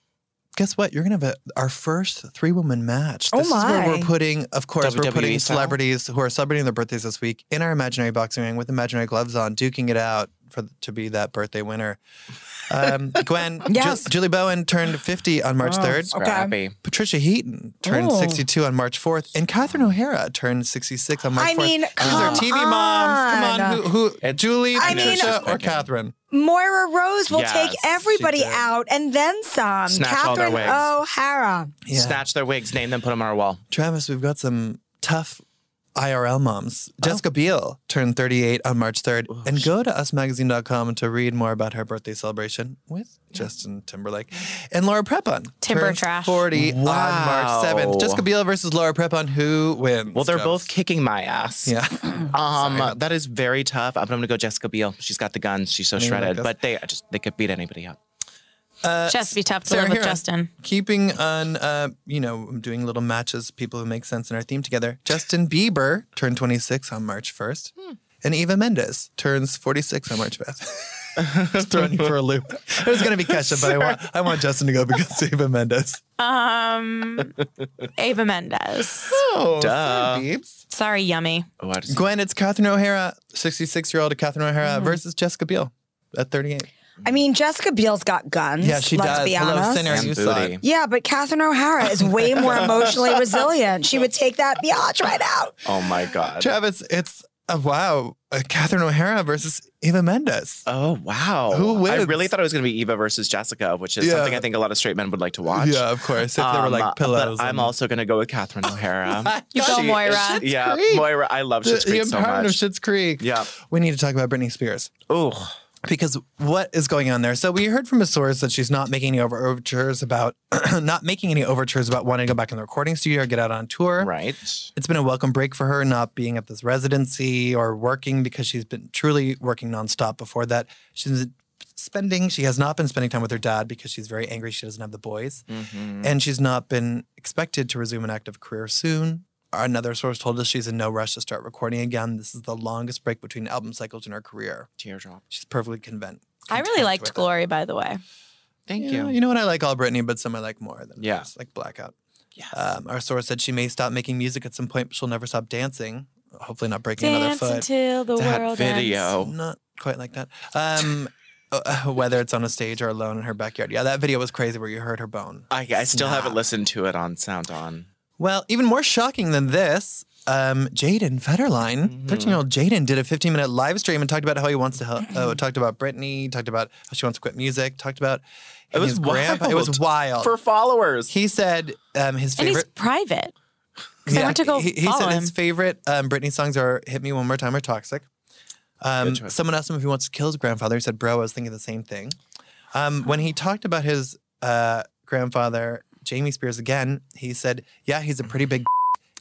Speaker 1: guess what? You're gonna have a, our first three woman match.
Speaker 4: Oh
Speaker 1: This is where we're
Speaker 4: my. E
Speaker 1: putting, of course, we're
Speaker 2: WWE
Speaker 1: putting
Speaker 2: style?
Speaker 1: celebrities who are celebrating their birthdays this week in our imaginary boxing ring with imaginary gloves on, duking it out for to be that birthday winner. Um, Gwen, Ju-
Speaker 4: Yes.
Speaker 1: Julie Bowen turned 50 on March
Speaker 4: Oh.
Speaker 1: 3rd.
Speaker 4: Okay.
Speaker 2: Scrappy.
Speaker 1: Patricia Heaton turned
Speaker 4: Oh.
Speaker 1: 62 on March 4th, and Catherine O'Hara turned 66 on March
Speaker 4: I
Speaker 1: 4th.
Speaker 4: mean,
Speaker 1: These are
Speaker 4: come
Speaker 1: TV moms. Come
Speaker 4: on.
Speaker 1: on, who? who
Speaker 2: It's-
Speaker 1: Julie,
Speaker 4: I mean-
Speaker 1: Patricia, or
Speaker 2: Disrespecting.
Speaker 1: Catherine?
Speaker 4: Moira Rose will
Speaker 2: Yes,
Speaker 4: take
Speaker 2: she
Speaker 4: everybody
Speaker 1: did.
Speaker 4: out and then some.
Speaker 2: Snatch all their
Speaker 4: Catherine
Speaker 2: wigs.
Speaker 4: O'Hara.
Speaker 1: Yeah.
Speaker 2: Snatch their wigs, name them, put them on our wall.
Speaker 1: Travis, we've got some tough IRL moms.
Speaker 2: Oh.
Speaker 1: Jessica Biel turned 38 on March 3rd. and go to usmagazine.com to read more about her birthday celebration with Justin Timberlake. And Laura Prepon.
Speaker 3: Timber
Speaker 1: turns
Speaker 3: trash.
Speaker 1: 40
Speaker 2: Wow.
Speaker 1: on March 7th. Jessica Biel versus Laura Prepon. Who wins?
Speaker 2: Well, they're
Speaker 1: Travis?
Speaker 2: both kicking my ass.
Speaker 1: Yeah.
Speaker 2: Um, that is very tough. I'm gonna go Jessica Biel. She's got the guns. She's so
Speaker 1: Me like
Speaker 2: shredded.
Speaker 1: this.
Speaker 2: But they just they could beat anybody up.
Speaker 3: Just be tough to
Speaker 1: Uh, Sarah
Speaker 3: live with
Speaker 1: Huron.
Speaker 3: Justin.
Speaker 1: Keeping on, uh, you know, doing little matches, people who make sense in our theme together. Justin Bieber turned 26 on March 1st.
Speaker 2: Hmm.
Speaker 1: And Eva Mendes turns 46 on March 5th. Just throwing you for a loop. It was going to be Kesha, but I want, I want Justin to go because Eva Mendes.
Speaker 3: Um, Ava Mendes.
Speaker 1: Oh,
Speaker 2: Duh.
Speaker 3: Sorry, yummy.
Speaker 2: Oh, I just,
Speaker 1: Gwen, it's Catherine O'Hara, 66 year old Catherine O'Hara
Speaker 2: Mm-hmm.
Speaker 1: versus Jessica Biel at 38.
Speaker 4: I mean, Jessica Biel's got guns.
Speaker 1: Yeah, she
Speaker 4: let's
Speaker 1: does.
Speaker 4: be
Speaker 1: Hello,
Speaker 4: honest.
Speaker 1: sinner.
Speaker 2: And
Speaker 1: You saw
Speaker 2: booty.
Speaker 1: it.
Speaker 4: Yeah, but Catherine O'Hara is way more emotionally resilient. She would take that biatch right out.
Speaker 2: Oh my god.
Speaker 1: Travis, it's uh, Oh, wow. Uh, Catherine O'Hara versus Eva Mendes.
Speaker 2: Oh wow!
Speaker 1: Who
Speaker 2: I
Speaker 1: wins?
Speaker 2: really thought it was going to be Eva versus Jessica, which is
Speaker 1: Yeah.
Speaker 2: something I think a lot of straight men would like to watch.
Speaker 1: Yeah, of course. If they were
Speaker 2: Um,
Speaker 1: like pillows.
Speaker 2: But I'm
Speaker 1: and-
Speaker 2: also going to go with Catherine O'Hara.
Speaker 1: You
Speaker 3: go,
Speaker 2: She-
Speaker 3: Moira.
Speaker 2: Schitt's Yeah,
Speaker 1: Creek.
Speaker 2: Moira. I love
Speaker 1: the,
Speaker 2: Schitt's
Speaker 1: the
Speaker 2: Creek so
Speaker 1: empowerment of
Speaker 2: much.
Speaker 1: Schitt's Creek.
Speaker 2: Yeah.
Speaker 1: We need to talk about Britney Spears.
Speaker 2: Oh,
Speaker 1: because what is going on there? So we heard from a source that she's not making any over- overtures about not making any overtures about wanting to go back in the recording studio or get out on tour.
Speaker 2: right.
Speaker 1: It's been a welcome break for her not being at this residency or working because she's been truly working nonstop before that. She's spending she has not been spending time with her dad because she's very angry she doesn't have the boys.
Speaker 3: Mm-hmm.
Speaker 2: Mhm.
Speaker 1: And she's not been expected to resume an active career soon. Another source told us she's in no rush to start recording again. This is the longest break between album cycles in her career.
Speaker 2: Teardrop.
Speaker 1: She's perfectly convinced.
Speaker 3: I really liked Glory, by the way.
Speaker 2: Thank
Speaker 1: Yeah,
Speaker 2: you.
Speaker 1: You know what I like all Britney, but some I like more than
Speaker 2: Yeah.
Speaker 1: yeah. like Blackout.
Speaker 2: Yes.
Speaker 1: Um, our source said she may stop making music at some point, but she'll never stop dancing. Hopefully, not breaking
Speaker 3: Dance
Speaker 1: another foot.
Speaker 3: until the
Speaker 2: that
Speaker 3: world ends.
Speaker 2: video.
Speaker 1: Not quite like that. Um, uh, whether it's on a stage or alone in her backyard. Yeah, that video was crazy where you heard her bone.
Speaker 2: I, I still haven't
Speaker 1: Snap.
Speaker 2: listened to it on Sound On.
Speaker 1: Well, even more shocking than this, um, Jaden Federline, 13
Speaker 2: Mhm.
Speaker 1: year old Jaden, did a 15 minute live stream and talked about how he wants to help. Uh, talked about Britney, talked about how she wants to quit music, talked about
Speaker 2: It was
Speaker 1: his grandpa. It was wild.
Speaker 2: For followers.
Speaker 1: he said um, his
Speaker 3: And
Speaker 1: favorite.
Speaker 3: he's private. 'Cause I went to go
Speaker 1: he, he
Speaker 3: follow
Speaker 1: said his
Speaker 3: him.
Speaker 1: favorite um, Britney songs are "Hit Me One More Time" or "Toxic." Um,
Speaker 2: Good choice.
Speaker 1: someone asked him if he wants to kill his grandfather. He said, "Bro, I was thinking the same thing." Um, when he talked about his uh, grandfather, Jamie Spears, again, he said, "Yeah, he's a pretty big.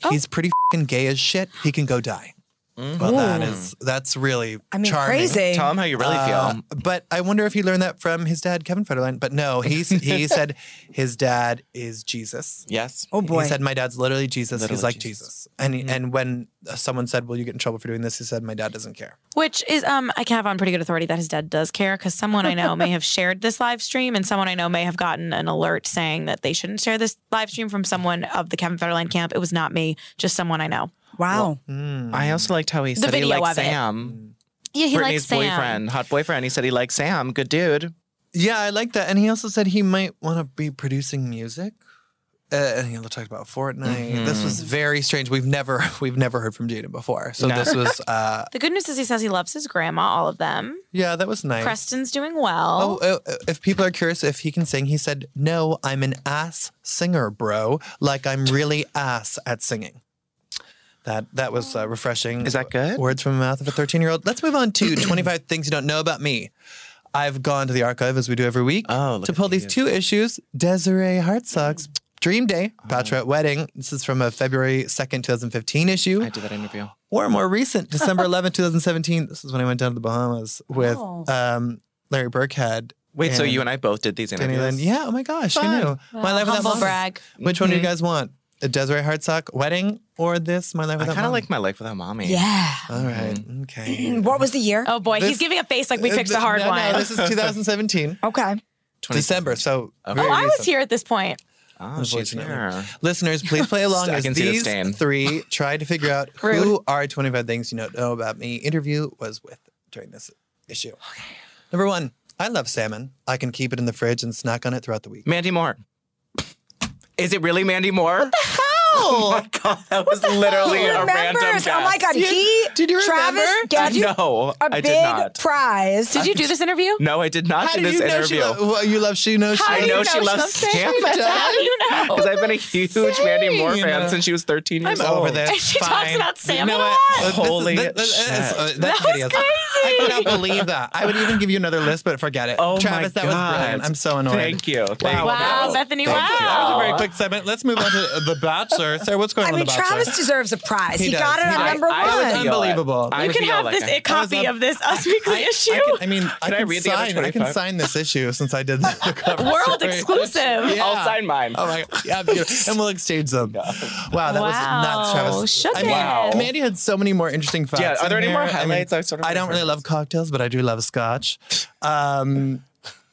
Speaker 3: Oh.
Speaker 1: He's pretty fing gay as shit. He can go die." Well, that
Speaker 4: Ooh.
Speaker 1: is that's really
Speaker 4: I mean,
Speaker 1: charming.
Speaker 4: crazy.
Speaker 2: Tell him how you really
Speaker 1: Uh,
Speaker 3: Um,
Speaker 2: feel.
Speaker 1: But I wonder if he learned that from his dad, Kevin Federline. But no, he's, he said his dad is Jesus.
Speaker 2: Yes.
Speaker 4: Oh boy. Mm-hmm.
Speaker 1: He said, "My dad's literally Jesus.
Speaker 2: Literally
Speaker 1: He's like
Speaker 2: Jesus.
Speaker 1: Jesus." And
Speaker 2: Mhm.
Speaker 1: and when someone said, "Will you get in trouble for doing this?" he said, "My dad doesn't care."
Speaker 3: Which is, um, I can have on pretty good authority that his dad does care because someone I know may have shared this live stream, and someone I know may have gotten an alert saying that they shouldn't share this live stream from someone of the Kevin Federline camp. It was not me, just someone I know.
Speaker 4: wow. Mm.
Speaker 2: I also liked how he said he
Speaker 3: video of
Speaker 2: liked
Speaker 3: it.
Speaker 2: Sam.
Speaker 3: Yeah, he
Speaker 2: Brittany's
Speaker 3: likes Sam.
Speaker 2: boyfriend, hot boyfriend. He said he likes Sam. Good dude.
Speaker 1: Yeah, I like that. And he also said he might want to be producing music. Uh, and he talked about Fortnite. This
Speaker 2: Mhm.
Speaker 1: was very strange. We've never we've never heard from Jaden before. So
Speaker 2: No.
Speaker 1: this was uh,
Speaker 3: The good news is he says he loves his grandma, all of them.
Speaker 1: yeah, that was nice.
Speaker 3: Preston's doing well.
Speaker 1: Oh, uh, uh, if people are curious if he can sing, he said, "No, I'm an ass singer, bro. Like I'm really ass at singing." That that was uh, refreshing.
Speaker 2: Is that good?
Speaker 1: Words from the mouth of a 13-year-old. Let's move on to 25 things you don't know about me. I've gone to the archive as we do every week
Speaker 2: Oh, look
Speaker 1: to
Speaker 2: at
Speaker 1: pull these
Speaker 2: you.
Speaker 1: two issues. Desiree Hartsock's Dream Day, Bachelorette Wedding. This is from a February 2nd, 2015 issue
Speaker 2: Oh. I did that interview.
Speaker 1: or more recent, December 11, 2017. This is when I went down to the Bahamas with
Speaker 4: Oh.
Speaker 1: um, Larry Burkhead.
Speaker 2: Wait, so
Speaker 1: and
Speaker 2: you and I both did these
Speaker 1: Danny
Speaker 2: interviews?
Speaker 1: Lynn. Yeah, oh my gosh,
Speaker 2: Fun.
Speaker 1: I knew. My Life Without
Speaker 3: Humble
Speaker 1: Mom.
Speaker 3: brag.
Speaker 1: Which one do you
Speaker 2: Mhm.
Speaker 1: guys want? A Desiree Hartsock wedding or this My Life
Speaker 2: I
Speaker 1: Without
Speaker 2: kind of
Speaker 1: Mom?
Speaker 2: like Mm-hmm. my life without mommy.
Speaker 4: Yeah.
Speaker 1: All right, okay.
Speaker 4: What was the year?
Speaker 3: Oh boy, he's
Speaker 1: This-
Speaker 3: giving a face like we
Speaker 1: Uh,
Speaker 3: picked
Speaker 1: th-
Speaker 3: the hard
Speaker 1: no,
Speaker 3: one.
Speaker 1: No, this is 2017,
Speaker 4: Okay.
Speaker 1: December. So
Speaker 2: Okay.
Speaker 1: very
Speaker 3: oh, I was
Speaker 1: recent.
Speaker 3: here at this point.
Speaker 2: Oh, she's
Speaker 1: Unfortunately.
Speaker 2: here.
Speaker 1: Listeners, please play along
Speaker 2: I
Speaker 1: as
Speaker 2: can see the
Speaker 1: these
Speaker 2: stain.
Speaker 1: three try to figure out who are 25 things you don't know about me. Interview was with during this issue. Number one, I love salmon. I can keep it in the fridge and snack on it throughout the week.
Speaker 2: Mandy Moore. Is it really Mandy Moore? What the hell? Oh my god, that was literally
Speaker 4: He
Speaker 2: a random
Speaker 4: remembers.
Speaker 2: guess.
Speaker 4: Oh my God. He,
Speaker 1: did you
Speaker 4: Travis,
Speaker 1: remember?
Speaker 4: got you
Speaker 2: no,
Speaker 4: a
Speaker 2: I
Speaker 4: big
Speaker 2: did not.
Speaker 4: prize.
Speaker 3: Did you do this interview?
Speaker 2: No, I did not
Speaker 1: How
Speaker 2: do
Speaker 1: do
Speaker 2: this
Speaker 1: you know
Speaker 2: interview.
Speaker 1: she lo- well, you love she knows she
Speaker 3: How
Speaker 2: I
Speaker 3: do
Speaker 2: know
Speaker 3: you
Speaker 2: she loves
Speaker 3: something?
Speaker 2: Sam.
Speaker 3: How do you know?
Speaker 2: Because I've been a huge Mandy Moore
Speaker 1: Same.
Speaker 2: fan since she was 13 years
Speaker 1: I'm
Speaker 2: old.
Speaker 1: over this.
Speaker 3: She talks
Speaker 1: Fine.
Speaker 3: about salmon
Speaker 1: You know what?
Speaker 3: a lot.
Speaker 1: This is-
Speaker 2: Holy
Speaker 1: this- this is-
Speaker 2: shit.
Speaker 1: uh,
Speaker 3: That
Speaker 1: That's
Speaker 3: was
Speaker 1: videos. I
Speaker 3: crazy.
Speaker 1: cannot believe that. I would even give you another list, but forget it.
Speaker 2: Oh
Speaker 1: Travis,
Speaker 2: my
Speaker 1: that
Speaker 2: God.
Speaker 1: was brilliant. I'm so annoyed.
Speaker 2: Thank you. Thank
Speaker 1: Wow.
Speaker 2: you.
Speaker 3: Wow, Bethany,
Speaker 2: Thank you.
Speaker 3: wow.
Speaker 1: That was a very quick segment. Let's move on to uh, The Bachelor. Sarah, what's going
Speaker 4: I
Speaker 1: on
Speaker 4: mean,
Speaker 1: with The Bachelor?
Speaker 4: Travis deserves a prize.
Speaker 1: He
Speaker 4: He,
Speaker 1: does.
Speaker 4: got it on
Speaker 1: I-
Speaker 4: number
Speaker 2: I was
Speaker 4: one.
Speaker 2: feel it.
Speaker 1: Unbelievable.
Speaker 2: I
Speaker 3: You can
Speaker 2: feel
Speaker 3: have
Speaker 2: like
Speaker 3: this
Speaker 2: I-
Speaker 3: a copy
Speaker 1: a-
Speaker 3: of this Us Weekly issue.
Speaker 1: I, can, I mean, I
Speaker 2: Can I
Speaker 1: can
Speaker 2: read the other
Speaker 1: sign. I can
Speaker 2: 25?
Speaker 1: sign this issue since I did the cover.
Speaker 3: World
Speaker 1: story.
Speaker 3: exclusive.
Speaker 2: I'll sign mine.
Speaker 1: Oh my god! Yeah, beautiful. and we'll exchange them. Wow, that was nuts,
Speaker 3: Wow,
Speaker 1: Travis.
Speaker 3: shook
Speaker 1: I mean,
Speaker 2: it. Wow.
Speaker 1: Mandy had so many more interesting facts.
Speaker 2: Yeah, are there
Speaker 1: in
Speaker 2: any more
Speaker 1: here. I mean,
Speaker 2: highlights? I sort of
Speaker 1: I don't really
Speaker 2: remember.
Speaker 1: love cocktails, but I do love scotch. Um,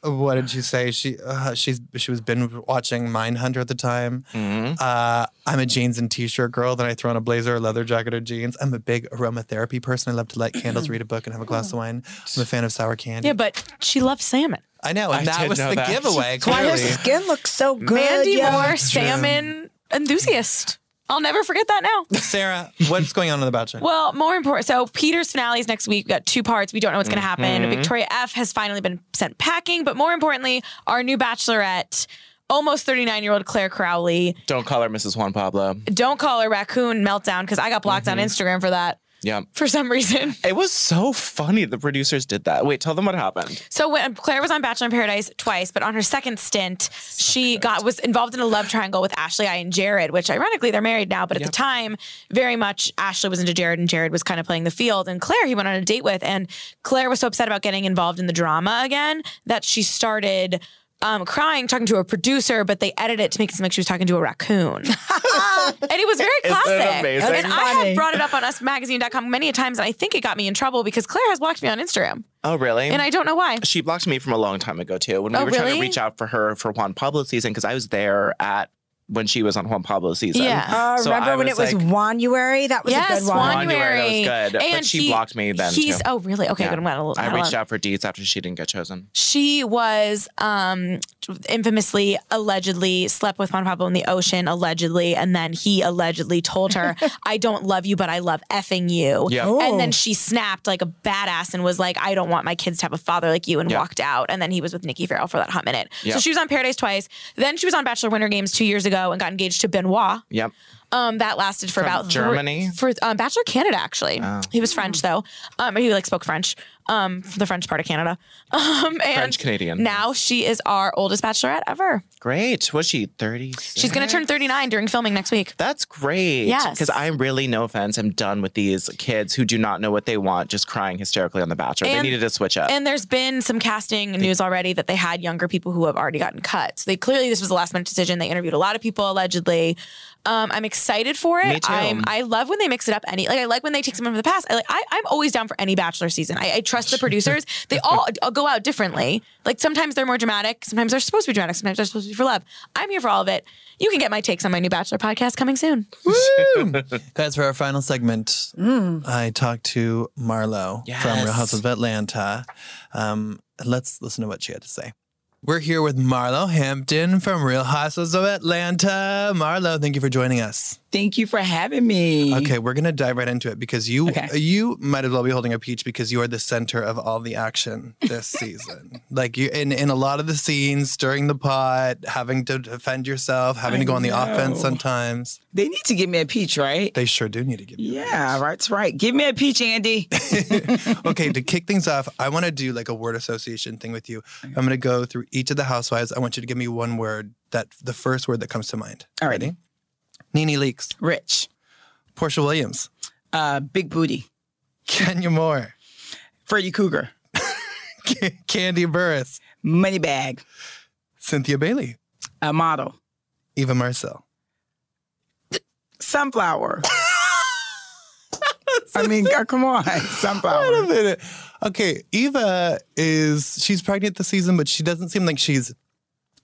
Speaker 1: what did she say? She uh, she's she was been watching Mindhunter at the time.
Speaker 2: Mm-hmm.
Speaker 1: Uh, I'm a jeans and t-shirt girl. Then I throw on a blazer, a leather jacket, or jeans. I'm a big aromatherapy person. I love to light candles, read a book, and have a glass of wine. I'm a fan of sour candy.
Speaker 3: yeah, but she loves salmon.
Speaker 1: I know, and
Speaker 2: I
Speaker 1: that
Speaker 2: did
Speaker 1: was
Speaker 2: know
Speaker 1: the
Speaker 2: that.
Speaker 1: giveaway.
Speaker 4: Why her
Speaker 1: Clearly,
Speaker 4: skin looks so good.
Speaker 3: Mandy
Speaker 4: yo.
Speaker 3: Moore, salmon enthusiast. I'll never forget that now.
Speaker 1: Sarah, what's going on in The Bachelor?
Speaker 3: Well, more important. So Peter's finale is next week. We've got two parts. We don't know what's going to happen. Victoria F has finally been sent packing, but more importantly, our new bachelorette, almost 39 year old Claire Crowley.
Speaker 2: Don't call her Mrs. Juan Pablo.
Speaker 3: Don't call her raccoon meltdown because I got blocked on Instagram for that
Speaker 2: Yeah.
Speaker 3: for some reason.
Speaker 2: It was so funny the producers did that. Wait, tell them what happened.
Speaker 3: So when Claire was on Bachelor in Paradise twice, but on her second stint, she got was involved in a love triangle with Ashley I and Jared, which ironically they're married now, but at the time, very much Ashley was into Jared and Jared was kind of playing the field. And Claire he went on a date with, and Claire was so upset about getting involved in the drama again that she started um, crying, talking to a producer, but they edited it to make it seem like she was talking to a raccoon. and it was very
Speaker 2: Isn't it
Speaker 3: classic.
Speaker 2: amazing?
Speaker 3: And I have brought it up on usmagazine.com many a times, and I think it got me in trouble because Claire has blocked me on Instagram.
Speaker 2: Oh, really?
Speaker 3: And I don't know why.
Speaker 2: she blocked me from a long time ago too when we
Speaker 3: Oh,
Speaker 2: were trying
Speaker 3: really?
Speaker 2: to reach out for her for Juan Pablo season because I was there at when she was on Juan Pablo season.
Speaker 3: Yeah.
Speaker 4: Uh,
Speaker 2: So
Speaker 4: remember
Speaker 2: I
Speaker 4: when it
Speaker 2: was
Speaker 4: was
Speaker 2: like-
Speaker 4: January? That was a
Speaker 3: yes,
Speaker 4: good one.
Speaker 2: Juan- January, that was good. But
Speaker 3: And
Speaker 2: she
Speaker 3: he-
Speaker 2: blocked me then,
Speaker 3: He's
Speaker 2: too.
Speaker 3: oh really? Okay,
Speaker 2: Yeah.
Speaker 3: good. I'm glad. I'll-
Speaker 2: I
Speaker 3: I'll-
Speaker 2: reached out for deeds after she didn't get chosen.
Speaker 3: She was um, infamously, allegedly slept with Juan Pablo in the ocean, allegedly, and then he allegedly told her, "I don't love you, but I love effing you."
Speaker 2: Yeah.
Speaker 4: Oh.
Speaker 3: And then she snapped like a badass and was like, "I don't want my kids to have a father like you," and
Speaker 2: Yeah.
Speaker 3: walked out. And then he was with Nikki Farrell for that hot minute.
Speaker 2: Yeah.
Speaker 3: So she was on Paradise twice. Then she was on Bachelor Winter Games two years ago and got engaged to Benoit.
Speaker 2: Yep.
Speaker 3: Um, that lasted for
Speaker 2: From
Speaker 3: about thr-
Speaker 2: Germany? Oh.
Speaker 3: for um, Bachelor Canada actually. He was French though. Um, he like spoke French. Um, from the French part of Canada. Um, and
Speaker 2: French Canadian.
Speaker 3: Now she is our oldest bachelorette ever.
Speaker 2: Great. Was she 30?
Speaker 3: She's gonna turn 39 during filming next week.
Speaker 2: That's great.
Speaker 3: Yes.
Speaker 2: Because I'm really, no offense, I'm done with these kids who do not know what they want, just crying hysterically on The Bachelor.
Speaker 3: And-
Speaker 2: they needed to switch up.
Speaker 3: And there's been some casting news already that they had younger people who have already gotten cut. So they clearly this was the last minute decision. They interviewed a lot of people allegedly. Um, I'm excited for it.
Speaker 2: Me too.
Speaker 3: I'm, I love when they mix it up. Any like I like when they take someone from the past. I, like, I I'm always down for any Bachelor season. I, I trust the producers. they all go out differently. Like sometimes they're more dramatic. Sometimes they're supposed to be dramatic. Sometimes they're supposed to be for love. I'm here for all of it. You can get my takes on my new Bachelor podcast coming soon.
Speaker 1: Guys, for our final segment,
Speaker 5: Mm.
Speaker 1: I talked to Marlo from Real
Speaker 2: Yes.
Speaker 1: House of Atlanta. Um, let's listen to what she had to say. We're here with Marlo Hampton from Real Houses of Atlanta. Marlo, thank you for joining us.
Speaker 5: Thank you for having me.
Speaker 1: Okay, we're gonna dive right into it because you
Speaker 5: Okay.
Speaker 1: you might as well be holding a peach because you are the center of all the action this season. Like you in in a lot of the scenes stirring the pot, having to defend yourself, having to
Speaker 5: I
Speaker 1: go on the offense
Speaker 5: know.
Speaker 1: sometimes.
Speaker 5: They need to give me a peach, right?
Speaker 1: They sure do need to give you. a
Speaker 5: Yeah, that's right. Give me a peach, Andy.
Speaker 1: okay, to kick things off, I want to do like a word association thing with you. I'm going to go through each of the housewives. I want you to give me one word that the first word that comes to mind.
Speaker 5: Alrighty.
Speaker 1: Ready? Nene Leakes,
Speaker 5: Rich,
Speaker 1: Portia Williams,
Speaker 5: uh, big booty.
Speaker 1: Kenya Moore,
Speaker 5: Freddy Cougar,
Speaker 1: Candy Burris,
Speaker 5: money bag,
Speaker 1: Cynthia Bailey,
Speaker 5: a model,
Speaker 1: Eva Marcel.
Speaker 5: sunflower. I mean, God, come on,
Speaker 1: Wait a
Speaker 5: sunflower.
Speaker 1: minute. Okay, Eva is she's pregnant this season, but she doesn't seem like she's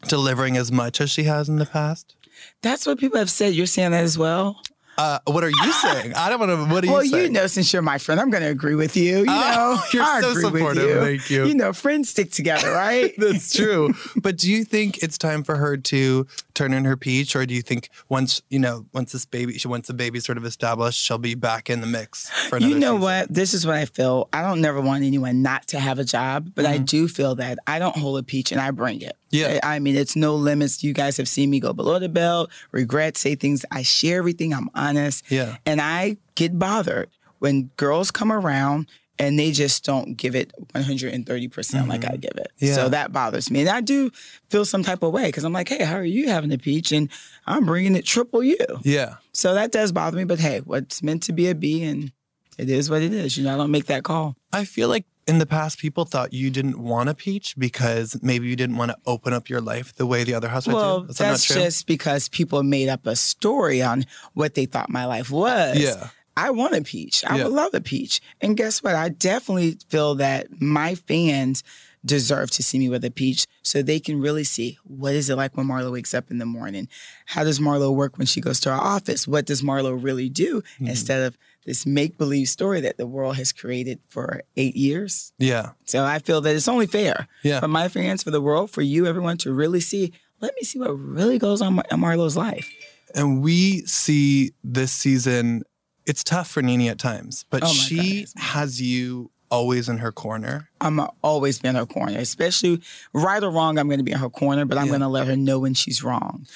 Speaker 1: delivering as much as she has in the past.
Speaker 5: That's what people have said. You're saying that as well.
Speaker 1: Uh, what are you saying? I don't want to. What are
Speaker 5: well,
Speaker 1: you saying?
Speaker 5: you know, since you're my friend, I'm going to agree with you. You know,
Speaker 1: Oh, you're
Speaker 5: I
Speaker 1: so
Speaker 5: agree
Speaker 1: supportive.
Speaker 5: With you.
Speaker 1: Thank you.
Speaker 5: You know, friends stick together, right?
Speaker 1: That's true. but do you think it's time for her to turn in her peach, or do you think once you know, once this baby, she once the baby's sort of established, she'll be back in the mix for another?
Speaker 5: You know
Speaker 1: season?
Speaker 5: what? This is what I feel. I don't never want anyone not to have a job, but I do feel that I don't hold a peach and I bring it.
Speaker 1: Mm-hmm. Yeah.
Speaker 5: I I mean, it's no limits. You guys have seen me go below the belt, regret, say things. I share everything. I'm honest.
Speaker 1: Yeah.
Speaker 5: And I get bothered when girls come around and they just don't give it 130% percent like I give it.
Speaker 1: Mm-hmm. Yeah.
Speaker 5: So that bothers me. And I do feel some type of way because I'm like, hey, how are you having a peach? And I'm bringing it triple you.
Speaker 1: Yeah.
Speaker 5: So that does bother me, but hey, what's meant to be a B and it is what it is. You know, I don't make that call.
Speaker 1: I feel like in the past, people thought you didn't want a peach because maybe you didn't want to open up your life the way the other housewives
Speaker 5: well,
Speaker 1: do. Is that not
Speaker 5: that's
Speaker 1: true?
Speaker 5: just because people made up a story on what they thought my life was.
Speaker 1: Yeah.
Speaker 5: I want a peach. I
Speaker 1: Yeah.
Speaker 5: would love a peach. And guess what? I definitely feel that my fans deserve to see me with a peach so they can really see what is it like when Marlo wakes up in the morning? How does Marlo work when she goes to her office? What does Marlo really do
Speaker 1: Mm-hmm.
Speaker 5: instead of this make-believe story that the world has created for 8 years?
Speaker 1: yeah.
Speaker 5: So I feel that it's only fair
Speaker 1: Yeah.
Speaker 5: for my fans, for the world, for you, everyone to really see. Let me see what really goes on Mar- in Marlo's life.
Speaker 1: And we see this season, it's tough for Nini at times, but
Speaker 5: Oh my
Speaker 1: she
Speaker 5: goodness.
Speaker 1: has you always in her corner.
Speaker 5: I'm gonna always be in her corner, especially right or wrong. I'm going to be in her corner, but I'm
Speaker 1: Yeah.
Speaker 5: going to let her know when she's wrong.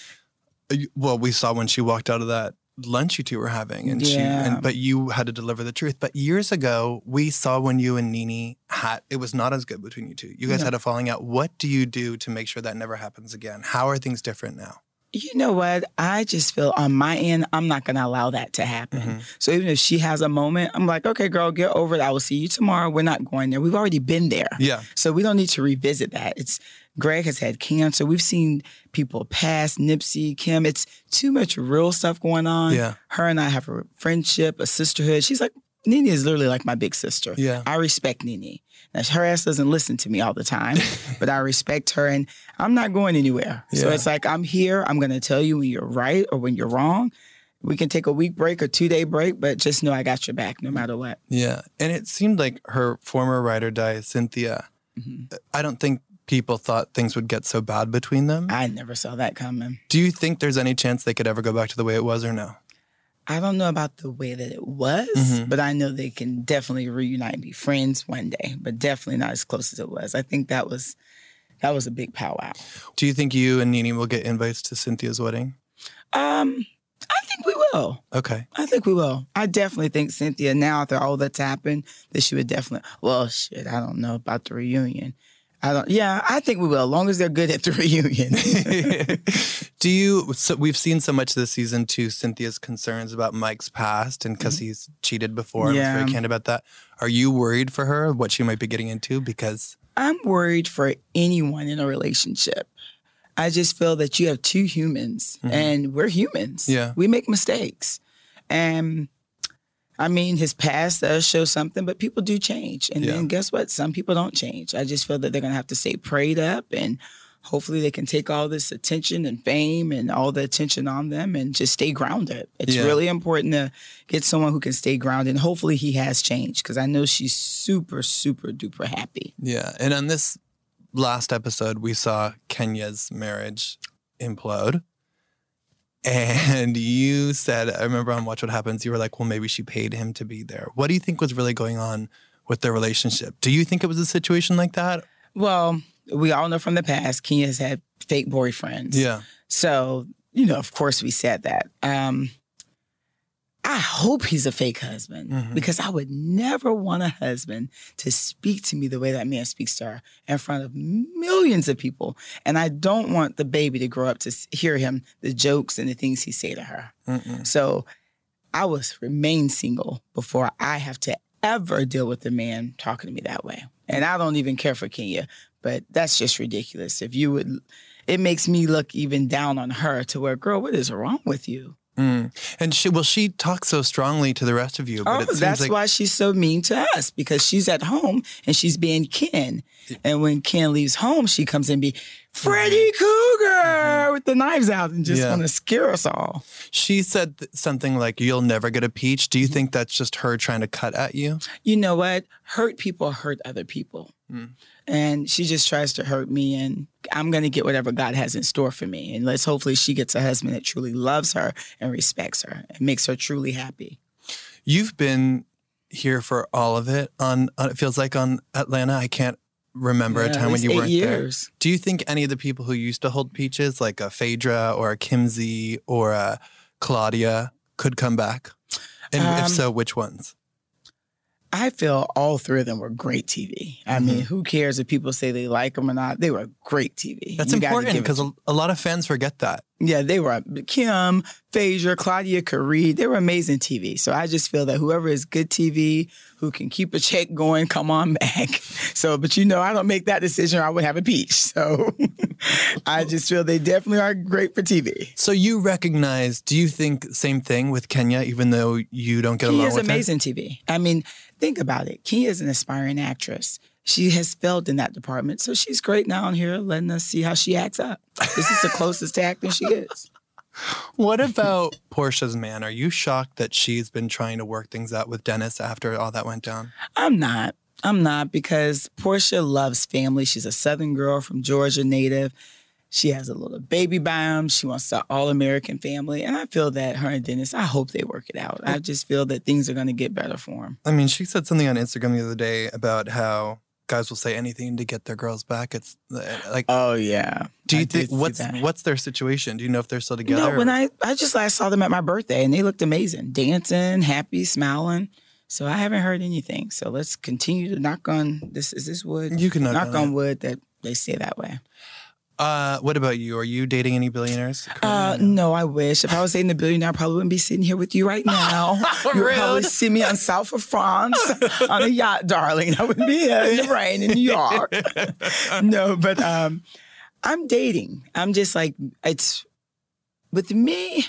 Speaker 1: Uh, you- Well, we saw when she walked out of that lunch you two were having, and she,
Speaker 5: Yeah.
Speaker 1: and, but you had to deliver the truth. But years ago, we saw when you and Nini had, it was not as good between you two. You guys
Speaker 5: No.
Speaker 1: had a falling out. What do you do to make sure that never happens again? How are things different now?
Speaker 5: You know what? I just feel on my end, I'm not going to allow that to happen.
Speaker 1: Mhm.
Speaker 5: So even if she has a moment, I'm like, okay, girl, get over it. I will see you tomorrow. We're not going there. We've already been there.
Speaker 1: Yeah.
Speaker 5: So we don't need to revisit that. It's Greg has had cancer. We've seen people pass, Nipsey, Kim. It's too much real stuff going on.
Speaker 1: Yeah.
Speaker 5: Her and I have a friendship, a sisterhood. She's like, Nene is literally like my big sister.
Speaker 1: Yeah.
Speaker 5: I respect Nene. Now, her ass doesn't listen to me all the time, but I respect her and I'm not going anywhere. So
Speaker 1: Yeah.
Speaker 5: it's like, I'm here. I'm going to tell you when you're right or when you're wrong. We can take a week break or two day break, but just know I got your back no matter what.
Speaker 1: Yeah. And it seemed like her former ride or die, Cynthia,
Speaker 5: Mhm.
Speaker 1: I don't think people thought things would get so bad between them.
Speaker 5: I never saw that coming.
Speaker 1: Do you think there's any chance they could ever go back to the way it was or no?
Speaker 5: I don't know about the way that it was,
Speaker 1: Mhm.
Speaker 5: but I know they can definitely reunite and be friends one day, but definitely not as close as it was. I think that was that was a big powwow.
Speaker 1: Do you think you and Nini will get invites to Cynthia's wedding?
Speaker 5: Um, I think we will.
Speaker 1: Okay.
Speaker 5: I think we will. I definitely think Cynthia now after all that's happened, that she would definitely well shit, I don't know about the reunion. I don't yeah, I think we will, as long as they're good at the reunion.
Speaker 1: Do you? So we've seen so much this season too. Cynthia's concerns about Mike's past and because he's cheated before. and was
Speaker 5: Yeah.
Speaker 1: very candid about that. Are you worried for her what she might be getting into? Because
Speaker 5: I'm worried for anyone in a relationship. I just feel that you have two humans
Speaker 1: Mhm.
Speaker 5: and we're humans.
Speaker 1: Yeah.
Speaker 5: We make mistakes. And I mean, his past does show something, but people do change. And
Speaker 1: Yeah.
Speaker 5: then guess what? Some people don't change. I just feel that they're going to have to stay prayed up and hopefully they can take all this attention and fame and all the attention on them and just stay grounded. It's
Speaker 1: Yeah.
Speaker 5: really important to get someone who can stay grounded. And hopefully he has changed because I know she's super, super duper happy.
Speaker 1: yeah, and on this last episode we saw Kenya's marriage implode. And you said, I remember on Watch What Happens, you were like, well, maybe she paid him to be there. What do you think was really going on with their relationship? Do you think it was a situation like that?
Speaker 5: Well, we all know from the past, Kenya has had fake boyfriends.
Speaker 1: Yeah.
Speaker 5: So, you know, of course we said that. Um, I hope he's a fake husband
Speaker 1: Mhm.
Speaker 5: because I would never want a husband to speak to me the way that man speaks to her in front of millions of people. And I don't want the baby to grow up to s- hear him, the jokes and the things he say to her.
Speaker 1: Mm-mm.
Speaker 5: So I will remain single before I have to ever deal with a man talking to me that way. And I don't even care for Kenya, but that's just ridiculous. If you would, it makes me look even down on her to where, girl, what is wrong with you?
Speaker 1: Mm. And she, well, she talks so strongly to the rest of you, but
Speaker 5: Oh,
Speaker 1: it seems
Speaker 5: that's
Speaker 1: like,
Speaker 5: why she's so mean to us because she's at home and she's being Ken. And when Ken leaves home, she comes and be Freddy Cougar with the knives out and just
Speaker 1: Mm-hmm. Yeah.
Speaker 5: want to scare us all.
Speaker 1: she said th- something like, you'll never get a peach. Do you
Speaker 5: Mm-hmm.
Speaker 1: think that's just her trying to cut at you?
Speaker 5: you know what? Hurt people hurt other people.
Speaker 1: Mm.
Speaker 5: And she just tries to hurt me, and I'm going to get whatever God has in store for me. And let's hopefully she gets a husband that truly loves her and respects her and makes her truly happy.
Speaker 1: You've been here for all of it on, on it feels like on Atlanta. I can't remember
Speaker 5: Yeah,
Speaker 1: a
Speaker 5: at
Speaker 1: time when
Speaker 5: least
Speaker 1: you
Speaker 5: eight
Speaker 1: weren't there.
Speaker 5: years.
Speaker 1: Do you think any of the people who used to hold peaches, like a Phaedra or a Kimsey or a Claudia, could come back? And if
Speaker 5: Um,
Speaker 1: so, which ones?
Speaker 5: I feel all three of them were great TV. I
Speaker 1: Mm-hmm.
Speaker 5: mean, who cares if people say they like them or not? They were great TV.
Speaker 1: That's
Speaker 5: You gotta
Speaker 1: important
Speaker 5: give it
Speaker 1: because a, a lot of fans forget that.
Speaker 5: Yeah, they were Kim, Phaedra, Claudia, Karee. They were amazing TV. So I just feel that whoever is good TV, who can keep a check going, come on back. So, but you know, I don't make that decision. or I would have a peach. So I just feel they definitely are great for TV.
Speaker 1: So you recognize, do you think same thing with Kenya, even though you don't get
Speaker 5: Kenya
Speaker 1: along
Speaker 5: is
Speaker 1: with her?
Speaker 5: amazing TV. I mean, think about it. Kenya is an aspiring actress. She has failed in that department, so she's great now on here, letting us see how she acts up. This is the closest to acting she is.
Speaker 1: What about Portia's man? Are you shocked that she's been trying to work things out with Dennis after all that went down?
Speaker 5: I'm not. I'm not because Portia loves family. She's a Southern girl from Georgia native. She has a little baby biome. She wants the all American family. And I feel that her and Dennis, I hope they work it out. I just feel that things are going to get better for him.
Speaker 1: I mean, she said something on Instagram the other day about how guys will say anything to get their girls back. It's uh, like,
Speaker 5: Oh, yeah.
Speaker 1: do
Speaker 5: I
Speaker 1: you
Speaker 5: did
Speaker 1: think
Speaker 5: see
Speaker 1: what's
Speaker 5: that.
Speaker 1: what's their situation? Do you know if they're still together?
Speaker 5: No, when
Speaker 1: or-
Speaker 5: I, I just last saw them at my birthday and they looked amazing, dancing, happy, smiling. So I haven't heard anything. So let's continue to knock on this. Is this wood?
Speaker 1: you can knock,
Speaker 5: knock
Speaker 1: on,
Speaker 5: on
Speaker 1: it.
Speaker 5: wood that they stay that way.
Speaker 1: Uh, what about you? Are you dating any billionaires?
Speaker 5: Uh,
Speaker 1: currently?
Speaker 5: no, I wish. If I was dating a billionaire, I probably wouldn't be sitting here with you right now. you would probably
Speaker 2: Rude.
Speaker 5: see me on South of France on a yacht, darling. I would be here in the rain in New York. no, but um, I'm dating. I'm just like, it's with me,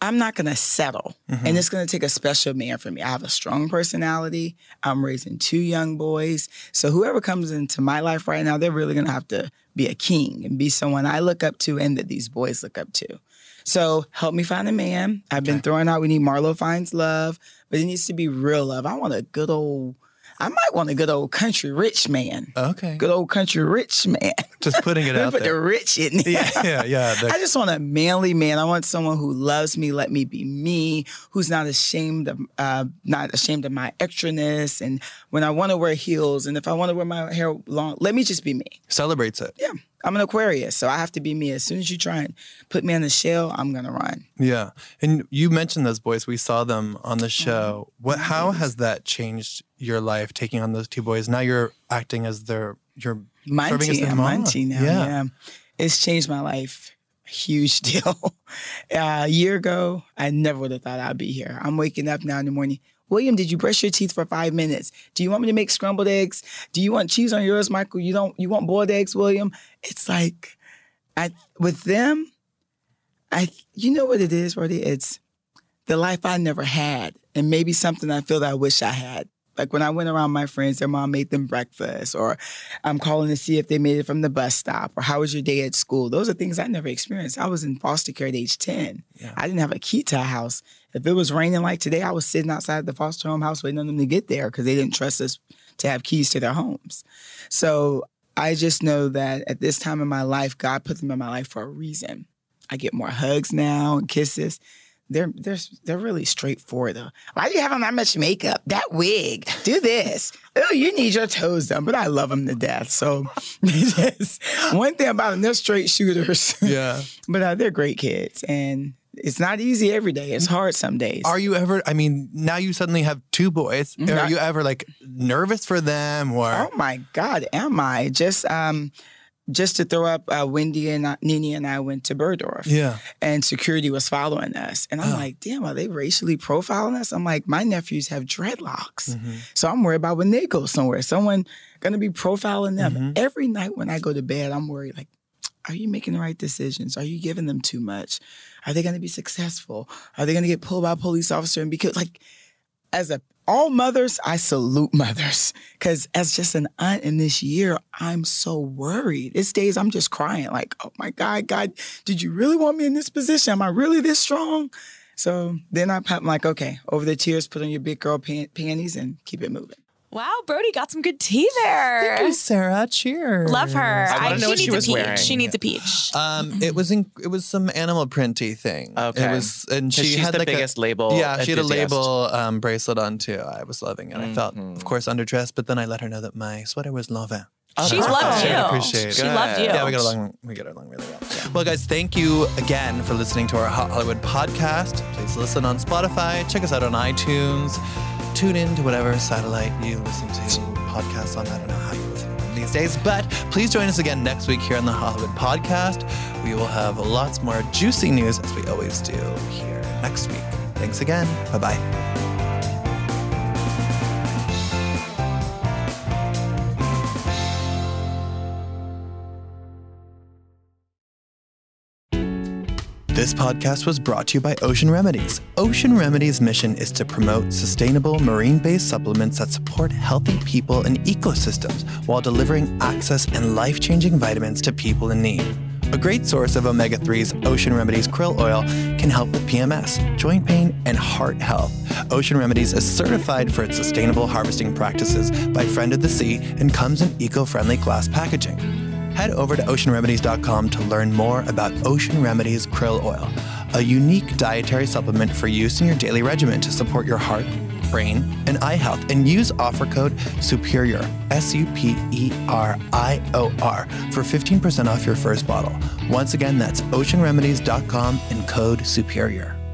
Speaker 5: I'm not going to settle.
Speaker 1: Mhm.
Speaker 5: And it's going to take a special man for me. I have a strong personality. I'm raising two young boys. So whoever comes into my life right now, they're really going to have to be a king and be someone I look up to and that these boys look up to. So help me find a man. I've been
Speaker 1: Okay.
Speaker 5: throwing out, we need Marlo finds love, but it needs to be real love. I want a good old, I might want a good old country rich man.
Speaker 1: okay,
Speaker 5: Good old country rich man.
Speaker 1: just putting it
Speaker 5: We
Speaker 1: out
Speaker 5: put the
Speaker 1: there.
Speaker 5: rich in there.
Speaker 1: yeah, yeah, yeah. the-
Speaker 5: I just want a manly man. I want someone who loves me, let me be me, who's not ashamed of uh, not ashamed of my extraness. And when I want to wear heels, and if I want to wear my hair long, let me just be me.
Speaker 1: celebrates it.
Speaker 5: Yeah, I'm an Aquarius, so I have to be me. As soon as you try and put me in the shell, I'm gonna run.
Speaker 1: Yeah, and you mentioned those boys. We saw them on the show. What? How has that changed your life? Taking on those two boys. Now you're acting as their your Serving as
Speaker 5: Munchie,
Speaker 1: their
Speaker 5: I'm
Speaker 1: mom.
Speaker 5: Munchie now.
Speaker 1: Yeah.
Speaker 5: Yeah. it's changed my life. Huge deal. Uh, a year ago, I never would have thought I'd be here. I'm waking up now in the morning. William, did you brush your teeth for five minutes? Do you want me to make scrambled eggs? Do you want cheese on yours, Michael? You don't. You want boiled eggs, William? It's like, I with them, I you know what it is, Brody? It's the life I never had, and maybe something I feel that I wish I had. Like when I went around my friends, their mom made them breakfast, or I'm calling to see if they made it from the bus stop, or how was your day at school? Those are things I never experienced. I was in foster care at age 10.
Speaker 1: Yeah.
Speaker 5: I didn't have a key to a house. If it was raining like today, I was sitting outside the foster home house waiting on them to get there because they didn't trust us to have keys to their homes. So I just know that at this time in my life, God put them in my life for a reason. I get more hugs now and kisses. They're they're they're really straightforward though. Why do you have on that much makeup? That wig. Do this. Oh, you need your toes done. But I love them to death. So yes. one thing about them, they're straight shooters.
Speaker 3: Hmm.
Speaker 1: yeah.
Speaker 5: but uh, they're great kids, and it's not easy every day. It's hard some days.
Speaker 1: Mm-hmm. Are you ever? I mean, now you suddenly have two boys.
Speaker 3: Mm-hmm.
Speaker 5: Mhm.
Speaker 1: Are you ever like nervous for them or?
Speaker 5: Oh my God, am I just um just to throw up? Uh, Wendy and I, Nini and I went to Burdorf,
Speaker 1: Yeah.
Speaker 5: and security was following us, and I'm
Speaker 1: Oh.
Speaker 5: like, damn, are they racially profiling us? I'm like, my nephews have dreadlocks,
Speaker 1: Mhm.
Speaker 5: so I'm worried about when they go somewhere, someone gonna be profiling them
Speaker 1: Mhm.
Speaker 5: every night when I go to bed. I'm worried like. Are you making the right decisions? Are you giving them too much? Are they going to be successful? Are they going to get pulled by a police officer? And because, like, as a all mothers, I salute mothers because as just an aunt in this year, I'm so worried. It's days I'm just crying, like, oh my God, God, did you really want me in this position? Am I really this strong? So then I, I'm like, okay, over the tears, put on your big girl pan- panties and keep it moving.
Speaker 3: Wow, Brody got some good tea there.
Speaker 1: Sarah. Cheers.
Speaker 3: Love her.
Speaker 2: I wanna know
Speaker 3: she
Speaker 2: what she
Speaker 3: needs
Speaker 2: was
Speaker 3: a peach.
Speaker 2: wearing.
Speaker 3: She needs a peach.
Speaker 1: Um, it was in, it was some animal printy thing.
Speaker 2: Okay.
Speaker 1: It was, and
Speaker 2: 'Cause
Speaker 1: she
Speaker 2: she's
Speaker 1: had
Speaker 2: the
Speaker 1: like a,
Speaker 2: biggest label.
Speaker 1: Yeah, she had a
Speaker 2: enthusiast.
Speaker 1: label um, bracelet on too. I was loving it. I felt,
Speaker 2: Mhm.
Speaker 1: of course, underdressed, but then I let her know that my sweater was Lovin.
Speaker 2: Oh,
Speaker 3: She's loved
Speaker 1: I
Speaker 3: you.
Speaker 1: appreciate
Speaker 3: she
Speaker 1: it.
Speaker 3: loved you.
Speaker 1: Yeah, we get along. We get along really well. Well, guys, thank you again for listening to our Hot Hollywood podcast. Please listen on Spotify. Check us out on iTunes. Tune in to whatever satellite you listen to podcasts on. I don't know how you listen to them these days, but please join us again next week here on the Hot Hollywood podcast. We will have lots more juicy news as we always do here next week. Thanks again. Bye bye. This podcast was brought to you by Ocean Remedies. Ocean Remedies' mission is to promote sustainable marine based supplements that support healthy people and ecosystems while delivering access and life changing vitamins to people in need. A great source of omega 3s, Ocean Remedies krill oil can help with PMS, joint pain, and heart health. Ocean Remedies is certified for its sustainable harvesting practices by Friend of the Sea and comes in eco friendly glass packaging. Head over to oceanremedies.com to learn more about Ocean Remedies krill oil, a unique dietary supplement for use in your daily regimen to support your heart, brain, and eye health. And use offer code SUPERIOR, S U P E R I O R, for 15% off your first bottle. Once again, that's oceanremedies.com and code SUPERIOR.